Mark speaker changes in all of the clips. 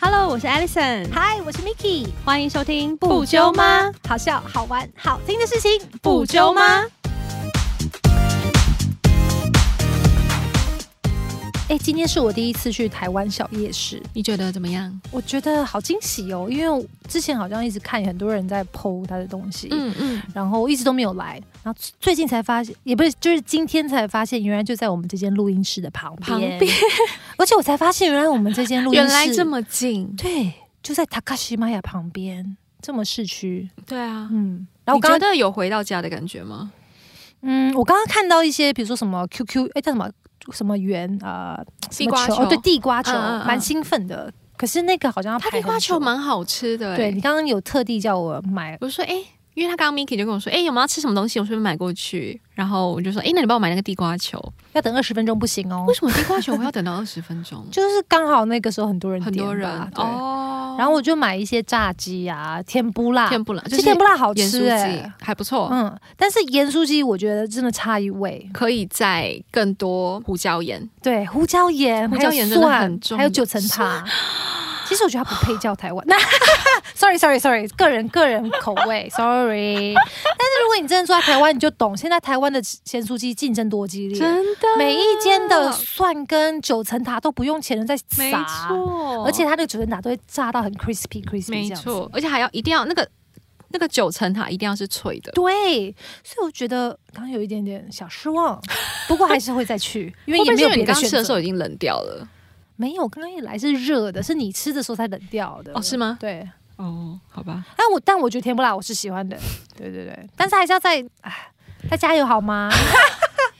Speaker 1: Hello，我是 Alison，
Speaker 2: 嗨，我是 Miki，
Speaker 1: 欢迎收听？？
Speaker 2: 好笑、好玩、好听的事情，？？哎、今天是我第一次去台湾小夜市，
Speaker 1: 你觉得怎么样？
Speaker 2: 我觉得好惊喜哦，因为我之前好像一直看很多人在 PO 他的东西，
Speaker 1: 嗯嗯，
Speaker 2: 然后一直都没有来，然后最近才发现，也不是，就是今天才发现，原来就在我们这间录音室的旁边，
Speaker 1: 旁边，
Speaker 2: 而且我才发现，原来我们这间录音 室
Speaker 1: 原来这么近，
Speaker 2: 对，就在塔卡西玛雅旁边，这么市区，
Speaker 1: 对啊。
Speaker 2: 嗯，
Speaker 1: 然后
Speaker 2: 然后我刚
Speaker 1: 觉得有回到家的感觉吗？
Speaker 2: 嗯，我刚刚看到一些，比如说什么 QQ，哎，叫什么什么圆啊，什
Speaker 1: 地
Speaker 2: 么
Speaker 1: 瓜球
Speaker 2: 哦，对，地瓜球，
Speaker 1: 嗯嗯嗯
Speaker 2: 蛮兴奋的。可是那个好像要
Speaker 1: 它
Speaker 2: 排
Speaker 1: 地瓜
Speaker 2: 很
Speaker 1: 球
Speaker 2: 久？
Speaker 1: 蛮好吃的、欸，
Speaker 2: 对你刚刚有特地叫我买，
Speaker 1: 我就说，哎、因为他刚刚 Miki 就跟我说，哎、有没有要吃什么东西？我顺便买过去，然后我就说，哎、那你帮我买那个地瓜球。
Speaker 2: 要等二十分钟不行哦？
Speaker 1: 为，什么地瓜球我要等到二十分钟
Speaker 2: 就是刚好那个时候很多人
Speaker 1: 很
Speaker 2: 点
Speaker 1: 多人
Speaker 2: 吧对。
Speaker 1: 哦
Speaker 2: 然后我就买一些炸鸡啊，甜不辣，
Speaker 1: 天不冷，
Speaker 2: 其
Speaker 1: 就是
Speaker 2: 实甜不辣好
Speaker 1: 盐酥
Speaker 2: 吃哎、
Speaker 1: 鸡还不错，
Speaker 2: 嗯，但是盐酥鸡我觉得真的差一味，
Speaker 1: 可以再更多胡椒盐。
Speaker 2: 对，胡椒盐、
Speaker 1: 胡
Speaker 2: 还有
Speaker 1: 椒盐真的
Speaker 2: 蒜
Speaker 1: 很重
Speaker 2: 还有
Speaker 1: 的
Speaker 2: 九层塔。 其实我觉得它不配叫台湾。那 sorry sorry sorry，个人个人口味 sorry。但是如果你真的住在台湾，你就懂现在台湾的咸酥鸡竞争多激烈，
Speaker 1: 的
Speaker 2: 每一间的蒜跟九层塔都不用钱的在
Speaker 1: 没
Speaker 2: 撒，
Speaker 1: 错，
Speaker 2: 而且它那个九层塔都会炸到很 crispy crispy
Speaker 1: 没
Speaker 2: 这样子。
Speaker 1: 错，而且还要一定要那个那个九层塔一定要是脆的，
Speaker 2: 对，所以我觉得刚刚有一点点小失望，不过还是会再去，因为
Speaker 1: 会不会
Speaker 2: 也没
Speaker 1: 是
Speaker 2: 有
Speaker 1: 因
Speaker 2: 别
Speaker 1: 你
Speaker 2: 的
Speaker 1: 刚
Speaker 2: 选
Speaker 1: 吃的时候
Speaker 2: 择。
Speaker 1: 已经冷掉了。
Speaker 2: 没有，刚刚一来是热的，是你吃的时候才冷掉的。
Speaker 1: 哦是吗
Speaker 2: 对，
Speaker 1: 哦，好吧，
Speaker 2: 但我但我觉得甜不辣我是喜欢的，对对 对，但是还是要再哎再加油好吗？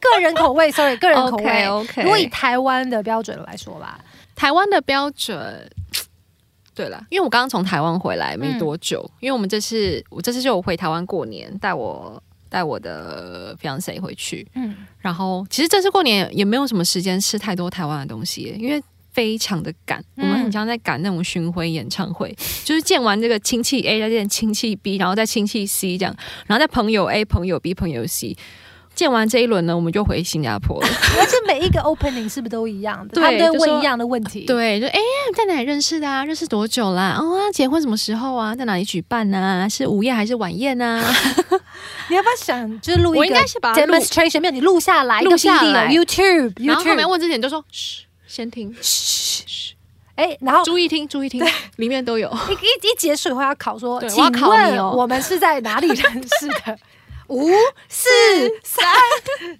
Speaker 2: 个人口味，sorry，个人口味。
Speaker 1: OK OK。
Speaker 2: 如果以台湾的标准来说啦，
Speaker 1: 台湾的标准，对了，因为我刚刚从台湾回来
Speaker 2: 嗯
Speaker 1: 没多久，因为我们这次我这次就有回台湾过年，带我带我的 fiance 回去，
Speaker 2: 嗯，
Speaker 1: 然后其实这次过年也没有什么时间吃太多台湾的东西，因为。非常的赶，我
Speaker 2: 嗯
Speaker 1: 们很像在赶那种巡回演唱会， 就是见完这个亲戚 A，再见亲戚 B，然后再亲戚 C 这样，然后再朋友 A、朋友 B、朋友 C，见完这一轮呢，我们就回新加坡了。
Speaker 2: 而且每一个 opening 是不是都一样的？
Speaker 1: 对
Speaker 2: 他们都会
Speaker 1: 就
Speaker 2: 问
Speaker 1: 说
Speaker 2: 一样的问 题。，
Speaker 1: 对，就哎、你在哪里认识的啊？认识多久啦？哦，啊结婚什么时候啊？在哪里举办啊？是午宴还是晚宴 啊？
Speaker 2: 你要不要想就是录
Speaker 1: 我
Speaker 2: 一
Speaker 1: 应
Speaker 2: 个
Speaker 1: 该是把它录，
Speaker 2: demonstration？没有，你录下来，
Speaker 1: 录下来
Speaker 2: y o u t u b e
Speaker 1: 然后后面
Speaker 2: YouTube。
Speaker 1: 问之前就说，嘘，先 听，嘘，嘘
Speaker 2: 哎，然后
Speaker 1: 注意听，注意听，里面都有。
Speaker 2: 一一一结束以后要考说，
Speaker 1: 对我
Speaker 2: 请
Speaker 1: 要考你
Speaker 2: 问
Speaker 1: 哦
Speaker 2: 我们是在哪里认识 的？五四三，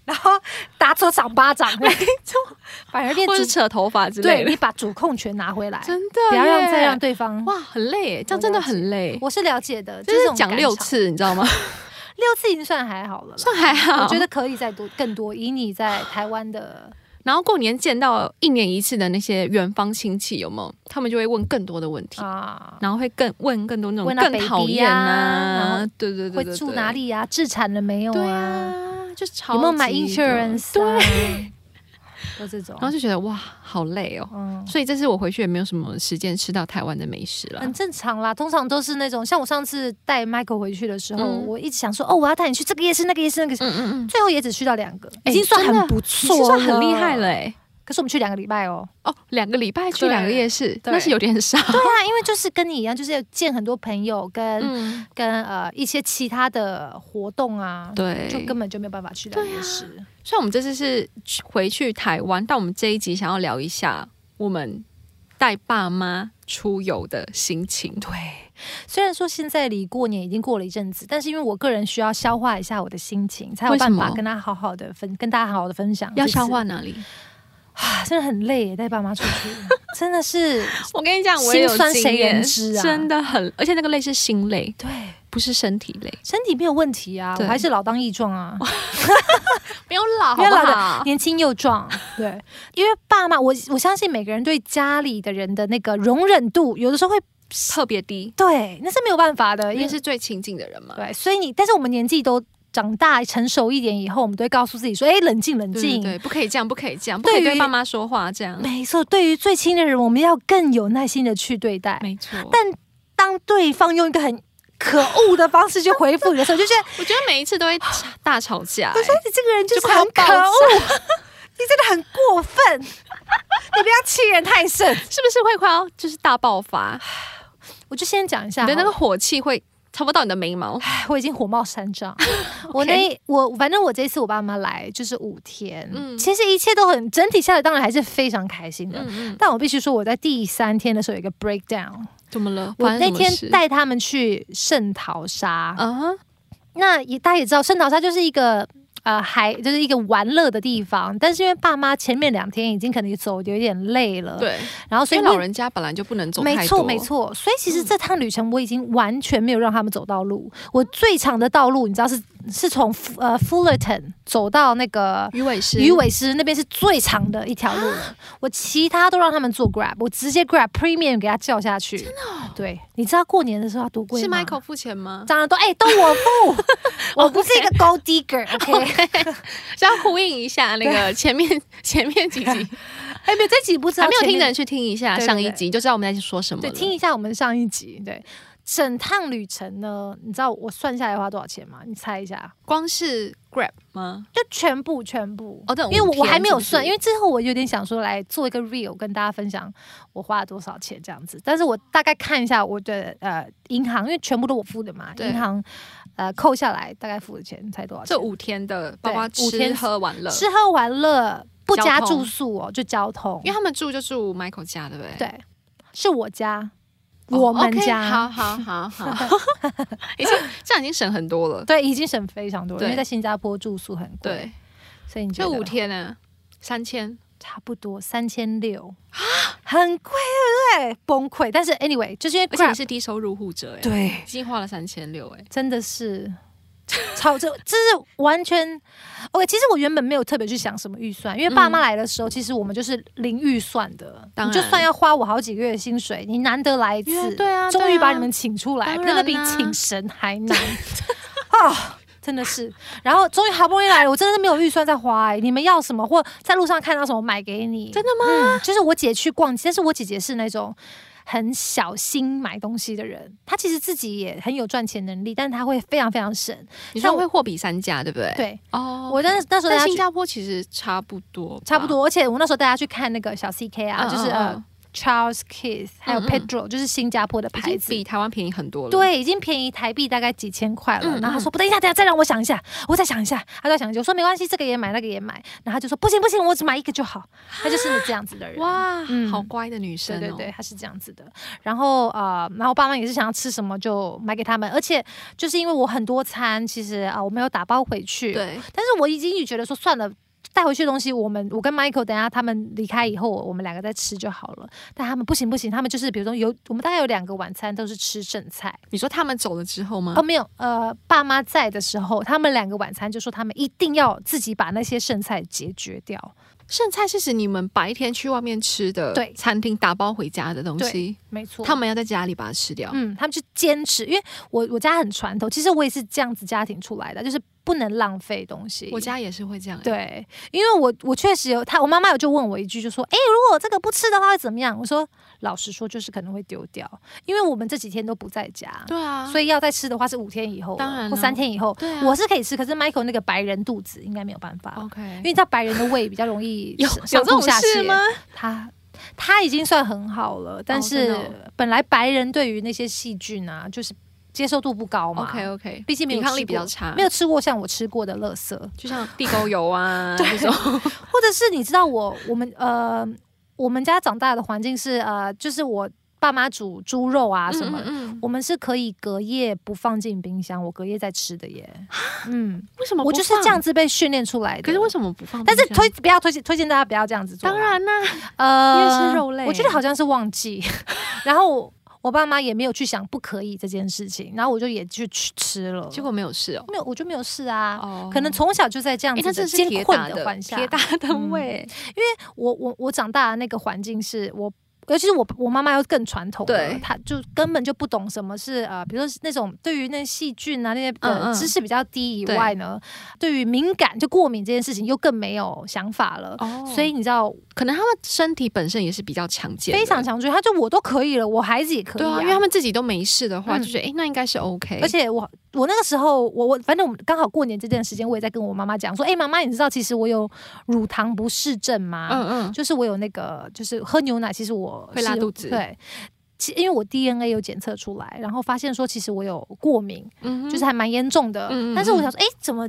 Speaker 2: 然后打手掌巴掌，没错， 反而变
Speaker 1: 或者
Speaker 2: 主
Speaker 1: 是扯头发之类
Speaker 2: 对
Speaker 1: 的，
Speaker 2: 你把主控权拿回来，
Speaker 1: 真的
Speaker 2: 不要让再
Speaker 1: 耶
Speaker 2: 让对方。
Speaker 1: 哇，很累耶，这样真的很累。
Speaker 2: 我是了解的，
Speaker 1: 就
Speaker 2: 这
Speaker 1: 是
Speaker 2: 种
Speaker 1: 讲
Speaker 2: 赶
Speaker 1: 六
Speaker 2: 场，
Speaker 1: 次，你知道吗？
Speaker 2: 六次已经算还好了啦，
Speaker 1: 算还好。
Speaker 2: 我觉得，可以再多更多。以你在台湾的，
Speaker 1: 然后过年见到一年一次的那些远方亲戚，有没有？他们就会问更多的问题，
Speaker 2: 啊，
Speaker 1: 然后会更问更多那种
Speaker 2: 问他
Speaker 1: 更讨
Speaker 2: baby
Speaker 1: 厌
Speaker 2: 啊然后
Speaker 1: 啊，对对对，
Speaker 2: 会
Speaker 1: 对
Speaker 2: 住
Speaker 1: 对
Speaker 2: 哪里啊？自产了没有
Speaker 1: 对
Speaker 2: 啊？
Speaker 1: 啊，就超
Speaker 2: 有没有买
Speaker 1: 级的
Speaker 2: insurance？啊
Speaker 1: 对，啊
Speaker 2: 对，都这种
Speaker 1: 然后。就觉得哇，好累哦。
Speaker 2: 嗯，
Speaker 1: 所以这次我回去也没有什么时间吃到台湾的美啊食了
Speaker 2: 很。正常啦，通常都是那种像我上次带 Michael 回去的时候，
Speaker 1: 嗯
Speaker 2: 我一直想说哦，我要带你去这个夜市、那个夜市、那个夜市，
Speaker 1: 嗯嗯嗯，
Speaker 2: 最后也只去到两个，
Speaker 1: 哎
Speaker 2: 已经算
Speaker 1: 真
Speaker 2: 很
Speaker 1: 的
Speaker 2: 不
Speaker 1: 你
Speaker 2: 错
Speaker 1: 是
Speaker 2: 了，
Speaker 1: 算很厉害了哎、
Speaker 2: 可是我们去两个礼拜 哦，
Speaker 1: 哦，两个礼拜去
Speaker 2: 对
Speaker 1: 两个夜市，
Speaker 2: 对
Speaker 1: 那是有点少。
Speaker 2: 对啊，因为就是跟你一样，就是要见很多朋友跟，跟、
Speaker 1: 嗯，
Speaker 2: 呃一些其他的活动啊，
Speaker 1: 对。啊
Speaker 2: 就根本就没有办法去两个夜市。
Speaker 1: 虽然我们这次是去回去台湾，但我们这一集想要聊一下我们带爸妈出游的心情。对，
Speaker 2: 虽然说现在离过年已经过了一阵子，但是因为我个人需要消化一下我的心情，才有
Speaker 1: 为什
Speaker 2: 办法
Speaker 1: 么
Speaker 2: 跟他好好的分，跟大家好好的分享。
Speaker 1: 要
Speaker 2: 这次
Speaker 1: 消化哪里？
Speaker 2: 啊，真的很累耶，带爸妈出去 真的是
Speaker 1: 我跟你讲，我也有
Speaker 2: 心酸谁
Speaker 1: 经验
Speaker 2: 人知啊
Speaker 1: 真的很，而且那个累是心累，
Speaker 2: 对。
Speaker 1: 不是身体累。
Speaker 2: 身体没有问题啊，我
Speaker 1: 对
Speaker 2: 还是老当益壮啊，
Speaker 1: 不要老，
Speaker 2: 没有老的
Speaker 1: 好？
Speaker 2: 年轻 又壮。对，因为爸妈，我我相信每个人对家里的人的那个容忍度，有的时候会
Speaker 1: 特别低，嗯
Speaker 2: 对，那是没有办法的，
Speaker 1: 因
Speaker 2: 因为
Speaker 1: 为
Speaker 2: 是
Speaker 1: 是最亲近的人嘛。
Speaker 2: 对，所以你，但是我们年纪都长大成熟一点以后，我们都会告诉自己说，哎，冷静冷
Speaker 1: 对
Speaker 2: 静
Speaker 1: 对。对，不可以这样，不可以这样，不可以
Speaker 2: 对于
Speaker 1: 对爸妈说话这样。
Speaker 2: 没错，对于最亲的人，我们要更有耐心的去对待。
Speaker 1: 没错，
Speaker 2: 但当对方用一个很可恶的方式去回复你的时候，就觉得
Speaker 1: 我觉得每一次 都会吵大吵架、
Speaker 2: 我说
Speaker 1: 欸
Speaker 2: 哎你这个人就 是
Speaker 1: 就快要
Speaker 2: 很可
Speaker 1: 爆
Speaker 2: 恶，你真的很过分，你不要气人太甚。
Speaker 1: 是不是会快要就是大爆发？
Speaker 2: 我就先讲一下
Speaker 1: 你
Speaker 2: 好了，
Speaker 1: 的那个火气会差不多到你的眉毛。
Speaker 2: 唉我已经火冒三 丈。我那我反正我这次我爸妈来就是五天，
Speaker 1: 嗯
Speaker 2: 其实一切都很整体下来，当然还是非常开心的。
Speaker 1: 嗯嗯，
Speaker 2: 但我必须说，我在第三天的时候有一个 breakdown。
Speaker 1: 怎么了？
Speaker 2: 我
Speaker 1: 发生
Speaker 2: 那
Speaker 1: 什么
Speaker 2: 天
Speaker 1: 事
Speaker 2: 带他嗯们去圣淘沙，
Speaker 1: 啊哈，
Speaker 2: 那也大家也知道，圣淘沙就是一个呃海，就是一个玩乐的地方。但是因为爸妈前面两天已经可能走有点累了，，
Speaker 1: 对，
Speaker 2: 然后所
Speaker 1: 呃所
Speaker 2: 以
Speaker 1: 以老
Speaker 2: 我
Speaker 1: 人家本来就不能走
Speaker 2: 没
Speaker 1: 太
Speaker 2: 错
Speaker 1: 多，嗯
Speaker 2: 没错，所以其实这趟旅程我已经完全没有让他们走到路。我最长的道路，你知道是是从呃 Fullerton 走到那个。
Speaker 1: 鱼尾狮，
Speaker 2: 鱼尾狮那边是最长的一条路，
Speaker 1: 啊
Speaker 2: 我其他都让他们坐 Grab，我直接 Grab Premium 给他叫下去。真的、对，你知道过年的时候要多贵
Speaker 1: 哦是
Speaker 2: 吗？
Speaker 1: Michael 付钱吗？
Speaker 2: 当然都哎、都我 付，我不是一个
Speaker 1: 哦
Speaker 2: gold digger，OK？、
Speaker 1: 是要呼应一下那个前面 前面几集
Speaker 2: 哎，没有这集不 知道
Speaker 1: 还没有
Speaker 2: 前
Speaker 1: 听的
Speaker 2: 面
Speaker 1: 人去听一下
Speaker 2: 对对
Speaker 1: 上一
Speaker 2: 对
Speaker 1: 集，就知道我们在说什么
Speaker 2: 对，
Speaker 1: 了。
Speaker 2: 听一下我们上一集。对，整趟旅程呢，你知道我算下来花多少钱吗？你猜一下，
Speaker 1: 光是 Grab 吗？
Speaker 2: 就全部全部
Speaker 1: 哦对
Speaker 2: 因为
Speaker 1: 五
Speaker 2: 我
Speaker 1: 天
Speaker 2: 我还没有
Speaker 1: 是不
Speaker 2: 算，
Speaker 1: 是
Speaker 2: 因为之后我有点想说来做一个 real 跟大家分享我花了多少钱这样子，但是我大概看一下我的呃银行，因为全部都我付的嘛，
Speaker 1: 对
Speaker 2: 银行呃扣下来大概付的钱才多少钱
Speaker 1: 这？五天的，包
Speaker 2: 对
Speaker 1: 括
Speaker 2: 五
Speaker 1: 吃
Speaker 2: 天
Speaker 1: 喝玩乐，
Speaker 2: 吃喝玩乐不加
Speaker 1: 交通
Speaker 2: 住宿哦，就交通，
Speaker 1: 因为他们住就住 Michael 家，对不对？
Speaker 2: 对，是我家，
Speaker 1: 哦，
Speaker 2: 我们
Speaker 1: OK，
Speaker 2: 家。
Speaker 1: 好好好 好，已经这样已经省很多了。
Speaker 2: 对，已经省非常多了，
Speaker 1: 对
Speaker 2: 因为在新加坡住宿很贵，
Speaker 1: 对，
Speaker 2: 所以你觉
Speaker 1: 就
Speaker 2: 得
Speaker 1: 五天呢，三千。
Speaker 2: 差不多三千六啊，很贵，对不对？崩溃。但是 anyway，就是因为
Speaker 1: 而且你
Speaker 2: Grab
Speaker 1: 是低收入户者哎，
Speaker 2: 对，
Speaker 1: 已经花了三千六哎，
Speaker 2: 真的是 超这这是完全 OK。其实我原本没有特别去想什么预算，因为爸妈来的时候，其实我们就是零预算的，
Speaker 1: 嗯当
Speaker 2: 你就
Speaker 1: 然
Speaker 2: 算要花我好几个月的薪水，你难得来一
Speaker 1: 因为
Speaker 2: 次，
Speaker 1: 对啊
Speaker 2: 终
Speaker 1: 对
Speaker 2: 于
Speaker 1: 啊
Speaker 2: 把你们请出来，
Speaker 1: 当
Speaker 2: 真的
Speaker 1: 然
Speaker 2: 比
Speaker 1: 啊
Speaker 2: 请神还 难啊！真的是，然后终于好不容易来了，我真的是没有预算在花、哎，你们要什么或在路上看到什么买给你，
Speaker 1: 真的
Speaker 2: 吗？嗯、就是我姐去逛街，但是我姐姐是那种。很小心买东西的人，她其实自己也很有赚钱能力，但她会非常非常省。
Speaker 1: 你
Speaker 2: 像
Speaker 1: 说
Speaker 2: 我
Speaker 1: 会货比三家，对不对？
Speaker 2: 对
Speaker 1: 哦，
Speaker 2: 我那那时候带
Speaker 1: 在
Speaker 2: 她
Speaker 1: 新
Speaker 2: 去
Speaker 1: 加坡其实差不多吧，
Speaker 2: 差不多，而且我那时候带她去看那个小 CK 啊，
Speaker 1: 嗯
Speaker 2: 就是
Speaker 1: 嗯
Speaker 2: 呃
Speaker 1: 嗯
Speaker 2: Charles Kiss，还有
Speaker 1: 嗯嗯
Speaker 2: Pedro，、就是新加坡的
Speaker 1: 已
Speaker 2: 牌
Speaker 1: 经
Speaker 2: 子，
Speaker 1: 比台湾便宜很多了。，
Speaker 2: 对，已经便宜台币大概几千块了。
Speaker 1: 嗯
Speaker 2: 然后他说：“不，等一下，等一下，再让我想一下，我再想一下。”他再想一下，我说：“没关系，这个也买，那个也买。”然后他就说：“不行，不行，我只买一个就好。”他就是你这样子的人。
Speaker 1: 哇，
Speaker 2: 嗯
Speaker 1: 好乖的女生
Speaker 2: 对
Speaker 1: 哦。
Speaker 2: 对对，他是这样子的。然后呃，然后我爸妈也是想要吃什么就买给他们，而且就是因为我很多餐，其实啊、我没有打包回去，
Speaker 1: 对
Speaker 2: 但是我已经觉得说算了。带回去的东西，我们我跟 Michael 等一下他们离开以后，我们两个再吃就好了。但他们不行不行，他们就是比如说有我们大概有两个晚餐都是吃剩菜，
Speaker 1: 你说他们走了之后吗
Speaker 2: 哦，？没有，呃，爸妈在的时候，他们两个晚餐就说他们一定要自己把那些剩菜解决掉。
Speaker 1: 剩菜是指你们白天去外面吃的，
Speaker 2: 对
Speaker 1: 餐厅打包回家的东西，
Speaker 2: 没错
Speaker 1: 他
Speaker 2: 他们
Speaker 1: 们要在家里把它吃掉。
Speaker 2: 嗯，他们就坚持，因为我我家很传统，其实我也是这样子家庭出来的，就是不能浪费东西。
Speaker 1: 我家也是会这样、欸，
Speaker 2: 对，因为我我确实有他，我妈妈有就问我一句，就说：“诶，如果这个不吃的话会怎么样？”我说：“老实说，就是可能会丢掉，因为我们这几天都不在家。”
Speaker 1: 对啊，
Speaker 2: 所
Speaker 1: 以
Speaker 2: 以要再吃的话是五天以后了，
Speaker 1: 当然
Speaker 2: 或
Speaker 1: 了
Speaker 2: 三天以后，
Speaker 1: 对啊哦
Speaker 2: 我是可以吃，可是 Michael 那个白人肚子应该没有办法。因
Speaker 1: OK。
Speaker 2: 为他白人的胃比较容易
Speaker 1: 有
Speaker 2: 上
Speaker 1: 有这种
Speaker 2: 上吐下
Speaker 1: 事
Speaker 2: 泻
Speaker 1: 吗？
Speaker 2: 他他已经算很好了，但
Speaker 1: 真
Speaker 2: 是
Speaker 1: 的哦
Speaker 2: 本来白人对于那些细菌啊，就是接受度不高嘛。
Speaker 1: OK OK，
Speaker 2: 毕竟没有
Speaker 1: 抵抗力
Speaker 2: 吃
Speaker 1: 比较
Speaker 2: 过
Speaker 1: 差，
Speaker 2: 没有吃过像我吃过的垃圾，
Speaker 1: 就像地沟油啊
Speaker 2: 对
Speaker 1: 这种，
Speaker 2: 或者是你知道我我们呃我们家长大的环境是呃就是我爸妈煮猪肉啊什么的，
Speaker 1: 嗯嗯嗯
Speaker 2: 我们是可以隔夜不放进冰箱，我隔夜再吃的耶。嗯，
Speaker 1: 为什啊么
Speaker 2: 我
Speaker 1: 不
Speaker 2: 就是这
Speaker 1: 放
Speaker 2: 样？子被训练出来的。
Speaker 1: 可是为什么啊不放冰
Speaker 2: 但
Speaker 1: 箱？
Speaker 2: 是推不要推荐推荐大家不要这样子做啦。
Speaker 1: 当然啦、
Speaker 2: 呃，
Speaker 1: 因为是肉类
Speaker 2: 我觉得好像是忘记， 然后我我爸妈也没有去想不可以这件事情，然后我就也去去吃了，
Speaker 1: 结果没有事哦。
Speaker 2: 没有，我就没有事啊。
Speaker 1: 哦
Speaker 2: 可能从小就在这样
Speaker 1: 哎，
Speaker 2: 子
Speaker 1: 他真的
Speaker 2: 的
Speaker 1: 嗯是
Speaker 2: 艰
Speaker 1: 铁
Speaker 2: 困
Speaker 1: 打
Speaker 2: 的嗯
Speaker 1: 的
Speaker 2: 环下，
Speaker 1: 铁打的胃。
Speaker 2: 我我我长大的那个环境是我尤其是我我妈妈又更传统了，
Speaker 1: 对
Speaker 2: 她就根本就不懂什么是呃，比如说那种对于那细菌啊那些
Speaker 1: 嗯
Speaker 2: 呃
Speaker 1: 嗯
Speaker 2: 知识比较低以外呢，对于敏感就过敏这件事情又更没有想法了。
Speaker 1: 哦
Speaker 2: 所以你知道
Speaker 1: 可能他们身体本身也是比较强健的，
Speaker 2: 非常强追，他就我都可以了，我孩子也可以、
Speaker 1: 对啊，啊因为他们自己都没事的话，
Speaker 2: 嗯
Speaker 1: 就觉得哎、诶那应该是 OK。
Speaker 2: 而且我我那个时候，我我反正我们刚好过年这段时间，我也在跟我妈妈讲说，哎、妈妈，你知道其实我有乳糖不适症吗？
Speaker 1: 嗯嗯，
Speaker 2: 就是我有那个，就是喝牛奶，其实我
Speaker 1: 会拉
Speaker 2: 是
Speaker 1: 肚子
Speaker 2: 对。其因为我 DNA 有检测出来，然后发现说其实我有过敏，
Speaker 1: 嗯哼
Speaker 2: 就是还蛮严重的。
Speaker 1: 嗯嗯
Speaker 2: 但是我想说，哎、怎么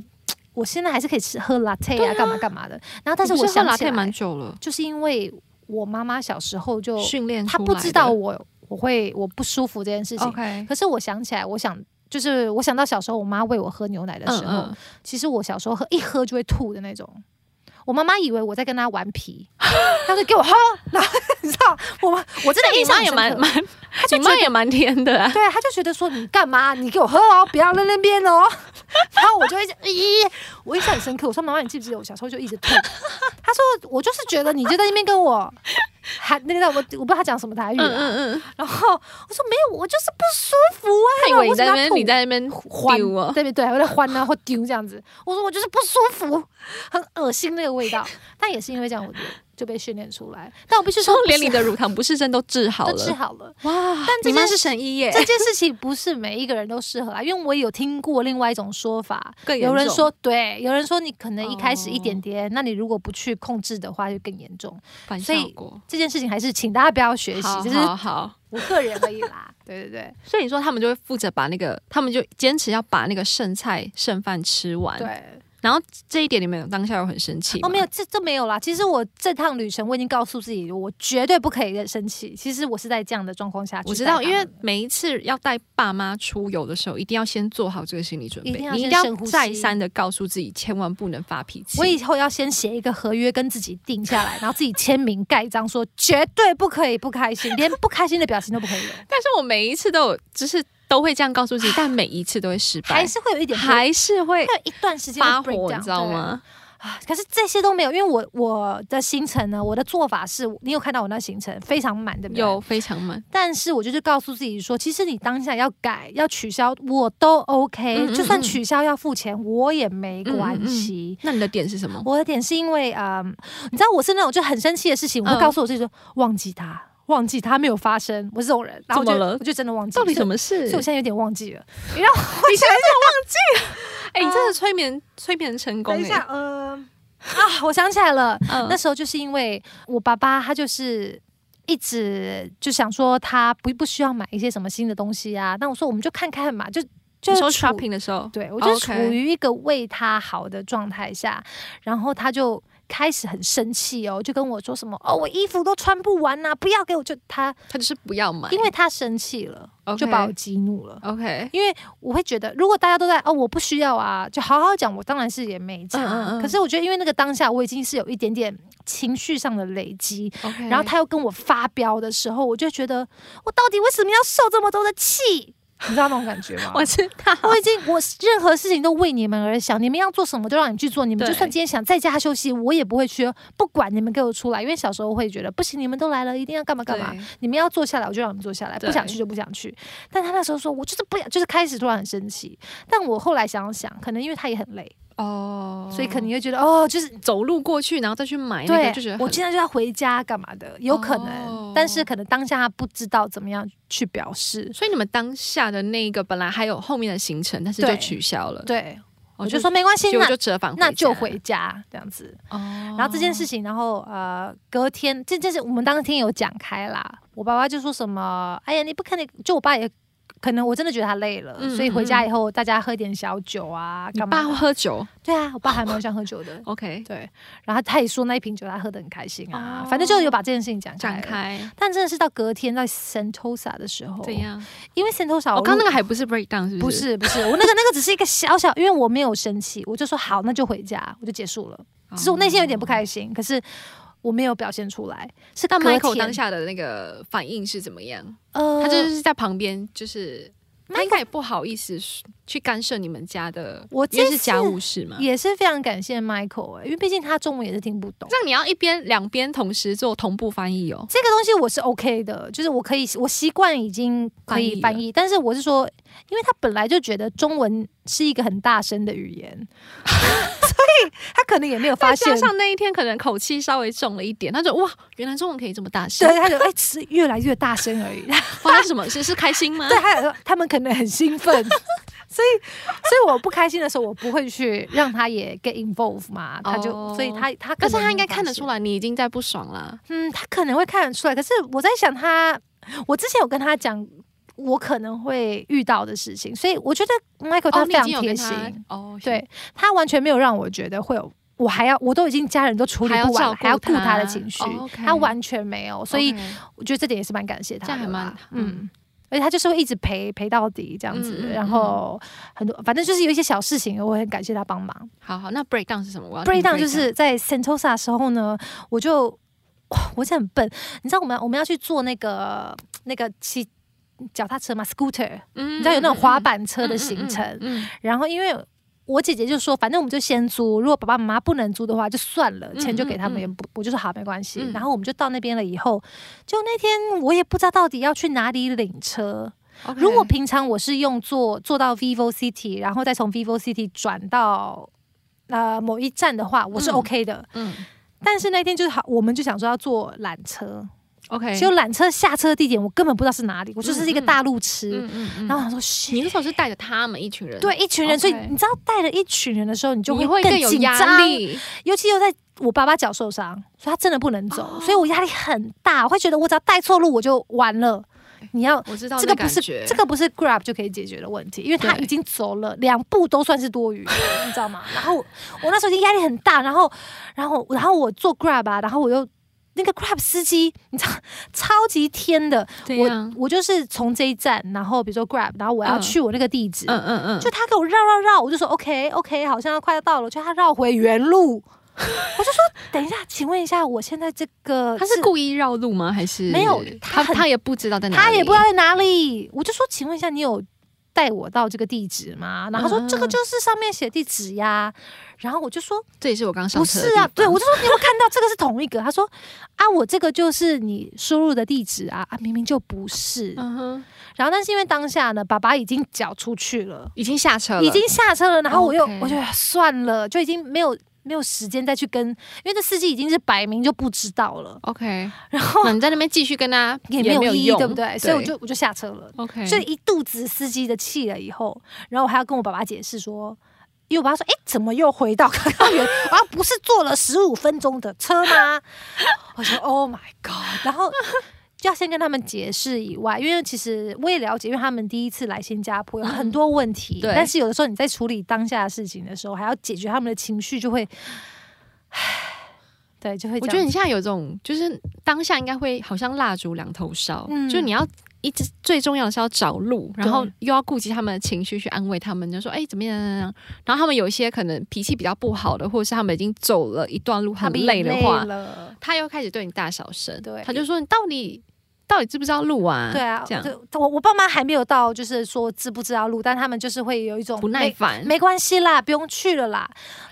Speaker 2: 我现在还是可以吃喝 latte 啊，干嘛干嘛的？然后但是
Speaker 1: 我
Speaker 2: 我
Speaker 1: 不是喝
Speaker 2: 想
Speaker 1: 拉
Speaker 2: 起
Speaker 1: 太蛮
Speaker 2: 来，
Speaker 1: 久了，
Speaker 2: 就是因为我妈妈小时候就
Speaker 1: 训练
Speaker 2: 她
Speaker 1: 出
Speaker 2: 不
Speaker 1: 来
Speaker 2: 知
Speaker 1: 的
Speaker 2: 道我我会我不舒服这件事情，
Speaker 1: OK
Speaker 2: 可是我想起来，我想就是我想到小时候我妈喂我喝牛奶的时候，
Speaker 1: 嗯嗯
Speaker 2: 其实我小时候喝一喝就会吐的那种。我妈妈以为我在跟她玩 皮，她说给我喝，然后你知道我妈我真的
Speaker 1: 你
Speaker 2: 印象
Speaker 1: 妈
Speaker 2: 很
Speaker 1: 也
Speaker 2: 深
Speaker 1: 蛮
Speaker 2: 刻，
Speaker 1: 蛮，你妈也蛮甜的啊。
Speaker 2: 对，她就觉得说你干嘛，你给我喝哦，不要扔那边哦。然后我就会讲咦，我印象很深刻，我说妈妈你记不记得我小时候就一直 吐？她说我就是觉得你就在那边跟我喊那个我我不知道她讲什么台语、啊，
Speaker 1: 嗯嗯嗯，
Speaker 2: 然后我说没有，我就是不舒服啊，
Speaker 1: 他以
Speaker 2: 然后
Speaker 1: 为你
Speaker 2: 什
Speaker 1: 在那
Speaker 2: 么要
Speaker 1: 边
Speaker 2: 吐
Speaker 1: 你在那边
Speaker 2: 欢
Speaker 1: 丢哦，
Speaker 2: 对不对？我在欢啊，或丢这样子。我说我就是不舒服，很恶心那个味 道。但也是因为这样，我就就被训练出来。但我必须
Speaker 1: 说
Speaker 2: 说，
Speaker 1: 连你的乳糖不适症都治好
Speaker 2: 都治
Speaker 1: 了，
Speaker 2: 好了。
Speaker 1: 哇！
Speaker 2: 但这
Speaker 1: 你妈
Speaker 2: 件
Speaker 1: 是神医耶，
Speaker 2: 这件事情不是每一个人都适合啊，因为我也有听过另外一种说法，
Speaker 1: 更严
Speaker 2: 有人
Speaker 1: 重
Speaker 2: 说对，有人说你可能一开始
Speaker 1: 哦
Speaker 2: 一点点，那你如果不去控制的话，就更严重。
Speaker 1: 反效
Speaker 2: 所以
Speaker 1: 果，
Speaker 2: 这件事情还是请大家不要学习
Speaker 1: 好，
Speaker 2: 这是
Speaker 1: 好好。
Speaker 2: 我个人而已啦。对对对
Speaker 1: 所以你说他们就会负责把那个，他们就坚持要把那个剩菜剩饭吃完。
Speaker 2: 对。
Speaker 1: 这一点你们有当下有很生气吗
Speaker 2: 哦，没有，，这这没有啦。其实我这趟旅程，我已经告诉自己，我绝对不可以生气。其实我是在这样的状况下去带他们，
Speaker 1: 我知道，因为每一次要带爸妈出游的时候，一定要先做好这个心理准备，
Speaker 2: 一定要
Speaker 1: 你一
Speaker 2: 先
Speaker 1: 定要
Speaker 2: 深呼吸
Speaker 1: 再三的告诉自己，千万不能发脾气。
Speaker 2: 我以后要先写一个合约，跟自己定下来，然后自己签名盖章，说绝对不可以不开心，连不开心的表情都不可 以有，
Speaker 1: 但是我每一次都有，就是都会这样告诉自己，但每一次都会失败，
Speaker 2: 还是会有一点会
Speaker 1: 还是会
Speaker 2: 有一段时间会
Speaker 1: 发火，
Speaker 2: breakdown，
Speaker 1: 你知道
Speaker 2: 对？
Speaker 1: 吗？
Speaker 2: 啊可是这些都没有，因为我我的行程呢，我的做法是，你有看到我那行程非常满，对不对？
Speaker 1: 有非常慢，
Speaker 2: 但是我就是告诉自己说，其实你当下要改、要取消，我都 OK，、
Speaker 1: 嗯嗯
Speaker 2: 就算取消要付钱，我也没关系。
Speaker 1: 那你的点是什么？
Speaker 2: 我的点是因为，嗯，你知道我是那种就很生气的事情，我会
Speaker 1: 嗯
Speaker 2: 告诉我自己说，忘记它，忘记它没有发生，我是这种人，然后我就
Speaker 1: 怎么了
Speaker 2: 我就真的忘记，
Speaker 1: 到底
Speaker 2: 所
Speaker 1: 什
Speaker 2: 以？
Speaker 1: 么事？
Speaker 2: 所以我现在有点 忘记了。
Speaker 1: 哎、你真的催眠、催眠成功
Speaker 2: 等一
Speaker 1: 哎、
Speaker 2: 下，嗯、啊，我想起来了，
Speaker 1: 嗯
Speaker 2: 那时候就是因为我爸爸他就是。一直就想说他不不需要买一些什么新的东西啊，那我说我们就看看嘛，就就
Speaker 1: 你说
Speaker 2: 处
Speaker 1: shopping 的时候，
Speaker 2: 对我就
Speaker 1: OK
Speaker 2: 处于一个为他好的状态下，然后他就开始很生气哦，就跟我说什么哦，我衣服都穿不完呐、不要给我就他，
Speaker 1: 他就是不要买，
Speaker 2: 因为他生气了
Speaker 1: 哎 OK
Speaker 2: 就把我激怒了。
Speaker 1: OK，
Speaker 2: 因为我会觉得，如果大家都在哦，我不需要啊，就好好讲，我当然是也没差。
Speaker 1: 嗯嗯嗯
Speaker 2: 可是我觉得，因为那个当下，我已经是有一点点情绪上的累积，
Speaker 1: OK，
Speaker 2: 然后他又跟我发飙的时候，我就觉得，我到底为什么要受这么多的气？你知道那种感觉 吗？
Speaker 1: 我知道，
Speaker 2: 我已经，我任何事情都为你们而想，你们要做什么就让你去做，你们
Speaker 1: 对
Speaker 2: 就算今天想在家休息，我也不会去哦，不管你们给我出来，因为小时候会觉得不行，你们都来了，一定要干嘛干嘛，
Speaker 1: 对？
Speaker 2: 你们要坐下来我就让你们坐下来，
Speaker 1: 对
Speaker 2: 不想去就不想去。但他那时候说，我就是不想，就是开始突然很生气，但我后来想想，可能因为他也很累，
Speaker 1: 哦，
Speaker 2: 所以可能会觉得哦，就是
Speaker 1: 走路过去，然后再去买那
Speaker 2: 对
Speaker 1: 个，就觉得，
Speaker 2: 我
Speaker 1: 很
Speaker 2: 现在就要回家干嘛的，有可能，
Speaker 1: 哦
Speaker 2: 但是可能当下他不知道怎么样去表示，
Speaker 1: 所以你们当下的那个本来还有后面的行程，但是就
Speaker 2: 对
Speaker 1: 取消了。
Speaker 2: 对
Speaker 1: 哦，
Speaker 2: 我就说没关系，
Speaker 1: 结果
Speaker 2: 那
Speaker 1: 就折返回家，
Speaker 2: 那就回家这样子。
Speaker 1: 哦。
Speaker 2: 然后这件事情，然后呃，隔天这件事我们当天有讲开啦。我爸爸就说什么：“哎呀，你不可能！”就我爸也可能我真的觉得他累了，
Speaker 1: 嗯
Speaker 2: 所以回家以后大家喝点小酒啊，
Speaker 1: 你
Speaker 2: 干
Speaker 1: 爸会
Speaker 2: 嘛的？
Speaker 1: 喝酒。
Speaker 2: 对啊，我爸还蛮喜欢喝酒的
Speaker 1: ，OK，
Speaker 2: 对，然后他也说那一瓶酒他喝得很开心啊，
Speaker 1: 哦
Speaker 2: 反正就有把这件事情讲开
Speaker 1: 展
Speaker 2: 了。
Speaker 1: 开
Speaker 2: 但真的是到隔天在 Sentosa 的时候，
Speaker 1: 怎样？哦
Speaker 2: 因为 Sentosa
Speaker 1: 我刚刚那
Speaker 2: 个
Speaker 1: 个还不是 breakdown，是
Speaker 2: 不
Speaker 1: 是？
Speaker 2: 是不是，我那个那个只是一个小小，因为我没有生气，我就说好，那就回家，我就结束了。
Speaker 1: 哦
Speaker 2: 只是我内心有点不。开心，可是我没有表现出来。是
Speaker 1: 那
Speaker 2: 隔
Speaker 1: Michael
Speaker 2: 天
Speaker 1: 当，下的那个反应是怎么样？
Speaker 2: 呃
Speaker 1: 他就是在旁边，就是他应该也不好意思去干涉你们家的，
Speaker 2: 我
Speaker 1: 因为
Speaker 2: 这
Speaker 1: 是
Speaker 2: 次
Speaker 1: 家务事嘛。
Speaker 2: 也是非常感谢 Michael，、欸、因为毕竟他中文也是听不懂。
Speaker 1: 这样你要一边两边同时做同步翻译哦。
Speaker 2: 这个东西我是 OK 的，就是我可以，我习惯已经可
Speaker 1: 翻
Speaker 2: 以
Speaker 1: 译了
Speaker 2: 翻译，但是我是说，因为他本来就觉得中文是一个很大声的语言， 所以他可能也没有发
Speaker 1: 再
Speaker 2: 现
Speaker 1: 加。上那一天可能口气稍微重了一点，他就哇，原来中文可以这么大声
Speaker 2: 对，，他就哎，是越来越大声而已。
Speaker 1: 发生什么事？是开心 吗？
Speaker 2: 对，还有他们可能很 兴奋，所以，所以我不开心的时候，我不会去让他也 get involved 嘛，他就，
Speaker 1: 哦
Speaker 2: 所以他他，
Speaker 1: 但是他应该看得出
Speaker 2: 来。
Speaker 1: 来你已经在不爽啦。
Speaker 2: 嗯，他可能会看得出来，可是我在想他，我之前有跟他讲我可能会遇到的事情，所以我觉得 Michael 他
Speaker 1: 哦，你
Speaker 2: 非
Speaker 1: 已
Speaker 2: 常
Speaker 1: 经有
Speaker 2: 贴
Speaker 1: 跟
Speaker 2: 心，
Speaker 1: 他哦，
Speaker 2: 对他完全没有让我觉得会有。我还要，我都已经家人都处理
Speaker 1: 还要
Speaker 2: 不完了，
Speaker 1: 照
Speaker 2: 还要
Speaker 1: 顾
Speaker 2: 顾
Speaker 1: 他
Speaker 2: 他的情绪，
Speaker 1: 哦，OK
Speaker 2: 他完全没有，所以
Speaker 1: OK
Speaker 2: 我觉得这点也是蛮感谢
Speaker 1: 这
Speaker 2: 他
Speaker 1: 样
Speaker 2: 的
Speaker 1: 还蛮
Speaker 2: 啦，嗯，而且他就是会一直陪陪到底这样子，
Speaker 1: 嗯嗯嗯
Speaker 2: 然后很多，反正就是有一些小事情，我会很感谢他帮忙。
Speaker 1: 好好，那 breakdown 是什么我要听
Speaker 2: breakdown 就是在 Sentosa 的时候呢，我就哇，我真的很笨，你知道我们我们要去坐那个那个骑脚踏车嘛，scooter，
Speaker 1: 嗯
Speaker 2: 你知道有那种滑
Speaker 1: 嗯
Speaker 2: 板车的行程，
Speaker 1: 嗯嗯嗯嗯
Speaker 2: 然后因为。我姐姐就说，反正我们就先租，如果爸爸妈妈不能租的话，就算了，
Speaker 1: 嗯
Speaker 2: 钱就给他们，
Speaker 1: 嗯嗯
Speaker 2: 也不，我就说好，没关系。
Speaker 1: 嗯
Speaker 2: 然后我们就到那边了以后，就那天我也不知道到底要去哪里领车，
Speaker 1: 嗯 OK
Speaker 2: 如果平常我是用坐坐到 Vivo City，然后再从 Vivo City 转到呃某一站的话，我是
Speaker 1: 嗯
Speaker 2: OK 的。
Speaker 1: 嗯
Speaker 2: 但是那天就是好，我们就想说要坐缆车，
Speaker 1: OK，
Speaker 2: 结果缆车下车地点我根本不知道是哪里，我就是一个
Speaker 1: 哎嗯嗯
Speaker 2: 大路痴。
Speaker 1: 嗯嗯嗯
Speaker 2: 然后我想说，shit
Speaker 1: 你那时候是带着他们一群人，
Speaker 2: 对，一群人
Speaker 1: OK
Speaker 2: 所以你知道带了一群人的时候，你就
Speaker 1: 你
Speaker 2: 会
Speaker 1: 会
Speaker 2: 更
Speaker 1: 有
Speaker 2: 紧
Speaker 1: 压
Speaker 2: 张，
Speaker 1: 力，
Speaker 2: 尤其又在我爸爸脚受伤，所以他真的不能走，
Speaker 1: 哦
Speaker 2: 所以我压力很大，我会觉得我只要带错路我就完了。你要
Speaker 1: 我知道
Speaker 2: 这个
Speaker 1: 哎那
Speaker 2: 不是
Speaker 1: 感觉
Speaker 2: 这个不是 Grab 就可以解决的问题，因为他
Speaker 1: 对
Speaker 2: 已经走了两步都算是多余了，你知道吗？然后我我那时候已经压力很大，然后然后然后我坐 Grab 啊，然后我又那个 Grab 司机，你知道超级天的，
Speaker 1: 对
Speaker 2: 我我就是从这一站，然后比如说 Grab，然后我要
Speaker 1: 嗯
Speaker 2: 去我那个地址。
Speaker 1: 嗯嗯嗯，
Speaker 2: 就他给我绕绕绕，我就说 OK OK，好像要快要到了，就他绕回原路，我就说等一下，请问一下，我现在这个
Speaker 1: 他是故意绕路吗？还是
Speaker 2: 没有
Speaker 1: 他
Speaker 2: 他很
Speaker 1: 他也不知道在哪里，
Speaker 2: 他也不知道在哪里。我就说，请问一下，你有带我到这个地址吗？然后他
Speaker 1: 嗯
Speaker 2: 说这个就是上面写地址呀。然后我就说
Speaker 1: 这也是我刚上
Speaker 2: 不
Speaker 1: 车的
Speaker 2: 是啊
Speaker 1: 地方，
Speaker 2: 对我就说你有没有看到这个是同一个？他说啊，我这个就是你输入的地址啊，啊明明就不是。
Speaker 1: 嗯哼，
Speaker 2: 然后但是因为当下呢，爸爸已经缴出去了，
Speaker 1: 已经下车了，
Speaker 2: 已经下车了，然后我又
Speaker 1: OK
Speaker 2: 我就算了，就已经没有。没有时间再去跟，因为这司机已经是摆明就不知道了，
Speaker 1: OK，
Speaker 2: 然后
Speaker 1: 那你在那边继续跟他
Speaker 2: 也
Speaker 1: 没
Speaker 2: 没有意义，
Speaker 1: 用
Speaker 2: 对不对？所以我就我就下车了。
Speaker 1: OK，
Speaker 2: 所以一肚子司机的气了以后，然后我还要跟我爸爸解释说，因为我爸说，哎，怎么又回到刚刚原？我要不是坐了十五分钟的车吗？ 我说，Oh my god！然后。就要先跟他们解释以外，因为其实我也了解，因为他们第一次来新加坡有很多问题，
Speaker 1: 对
Speaker 2: 但是有的时候你在处理当下的事情的时候，还要解决他们的情绪，就会，唉，对，就会这
Speaker 1: 我
Speaker 2: 样
Speaker 1: 觉
Speaker 2: 子。
Speaker 1: 得你现在有种，就是当下应该会好像蜡烛两头烧，
Speaker 2: 嗯
Speaker 1: 就你要一直最重要的是要找路，
Speaker 2: 对
Speaker 1: 然后又要顾及他们的情绪去安慰他们，就说哎、怎么样怎么样，然后他们有一些可能脾气比较不好的，或者是他们已经走了一段路
Speaker 2: 他
Speaker 1: 很
Speaker 2: 们也
Speaker 1: 累的话，
Speaker 2: 了
Speaker 1: 他又开始对你大小声，
Speaker 2: 对
Speaker 1: 他就说你到底到底知不知道路啊？
Speaker 2: 对啊，
Speaker 1: 这样
Speaker 2: 就我我爸妈还没有到，就是说知不知道路，但他们就是会有一种
Speaker 1: 不耐
Speaker 2: 没
Speaker 1: 烦，
Speaker 2: 没关系啦，不用去了啦。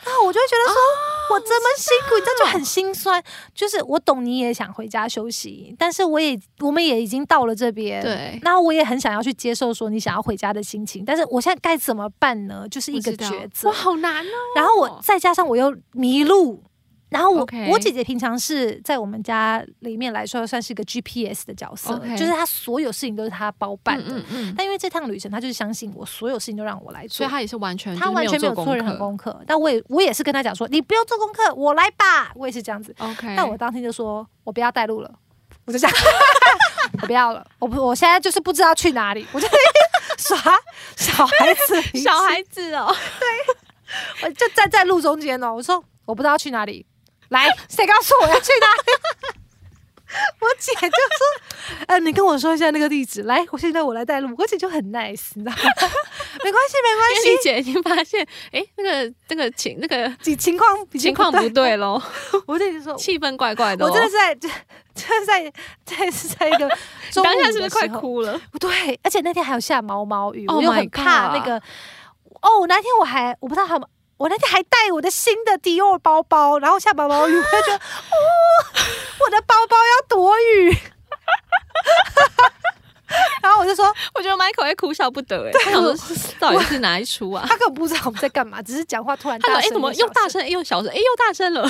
Speaker 2: 那我就会觉得说，
Speaker 1: 哦
Speaker 2: 我这么辛苦，这就很心酸。就是我懂你也想回家休息，但是我也我们也已经到了这边，。
Speaker 1: 对。
Speaker 2: 那我也很想要去接受说你想要回家的心情，但是我现在该怎么办呢？就是一个
Speaker 1: 不知道
Speaker 2: 抉择
Speaker 1: 哇，。好难哦。
Speaker 2: 然后我再加上我又迷路，然后我
Speaker 1: OK
Speaker 2: 我姐姐平常是在我们家里面来说算是个 GPS 的角色
Speaker 1: OK
Speaker 2: 就是她所有事情都是她包办的。
Speaker 1: 嗯嗯嗯，
Speaker 2: 但因为这趟旅程，她就是相信我，所有事情都让我来
Speaker 1: 所
Speaker 2: 做
Speaker 1: 以。他也是完全
Speaker 2: 她完全没有
Speaker 1: 做
Speaker 2: 做任何功课，但我也我也是跟她讲说，你不用做功课，我来吧，我也是这样子。
Speaker 1: OK，
Speaker 2: 但我当天就说，我不要带路了，我就这样， 我不要了，我不，我现在就是不知道去哪里，我就 耍小孩子脾气，
Speaker 1: 小孩子哦，
Speaker 2: 我呃就站在路中间哦，我说我不知道去哪里，来，谁告诉我要去哪里？ 我姐就说：“呃，你跟我说一下那个地址，来，我现在我来带路。”我姐就很 nice，你知道吗？ 没关系，没关
Speaker 1: 因为
Speaker 2: 系
Speaker 1: 丽，姐已经发现，哎，那个那个情那个
Speaker 2: 情情况
Speaker 1: 情况不，对喽，
Speaker 2: 我这里说，
Speaker 1: 气氛怪怪的、哦。
Speaker 2: 我真的是在， 这这是在，这是在一 个中午
Speaker 1: 当下是不
Speaker 2: 的
Speaker 1: 是快
Speaker 2: 时候？
Speaker 1: 哭了？
Speaker 2: 对，而且那天还有下毛毛雨，
Speaker 1: Oh
Speaker 2: 我又
Speaker 1: my
Speaker 2: 很怕
Speaker 1: God
Speaker 2: 那个。哦，我那天我还我不知道他们，我那天还带我的新的迪奥包包，然后下毛毛雨，我就觉得哦，我的包包要躲雨。 然后我就说，
Speaker 1: 我觉得 Michael 会哭笑不得哎，他想说到底是哪一出 啊？
Speaker 2: 他根本不知道我们在干嘛，只是讲话突然
Speaker 1: 他说
Speaker 2: 大
Speaker 1: 哎
Speaker 2: 声，
Speaker 1: 怎么又大？声哎又小声哎又大声了？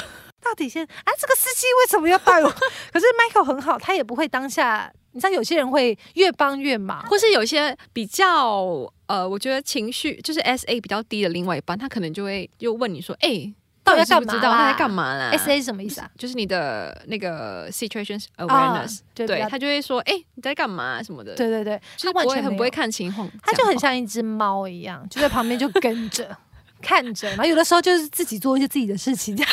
Speaker 2: 到底先啊，这个司机为什么要带我？ 可是 Michael 很好，他也不会当下，你知道有些人会越帮越忙，
Speaker 1: 或是有一些比较呃，我觉得情绪就是 S A 比较低的另外一半，他可能就会又问你说，哎、到底知不知道
Speaker 2: 到底在干嘛
Speaker 1: 他在干嘛啦
Speaker 2: 啦 S A 是什么意思啊？
Speaker 1: 就是你的那个 situation
Speaker 2: 啊
Speaker 1: awareness，、，
Speaker 2: 就比
Speaker 1: 对
Speaker 2: 较
Speaker 1: 他就会说，哎、你在干嘛什么的，
Speaker 2: 对对对，
Speaker 1: 就是
Speaker 2: 他完
Speaker 1: 不会
Speaker 2: 全
Speaker 1: 很
Speaker 2: 没
Speaker 1: 不会
Speaker 2: 有
Speaker 1: 看情况，
Speaker 2: 他就很
Speaker 1: 讲话。
Speaker 2: 像一只猫一样，就在旁边就跟 着看着，然后有的时候就是自己做一些自己的事情，这样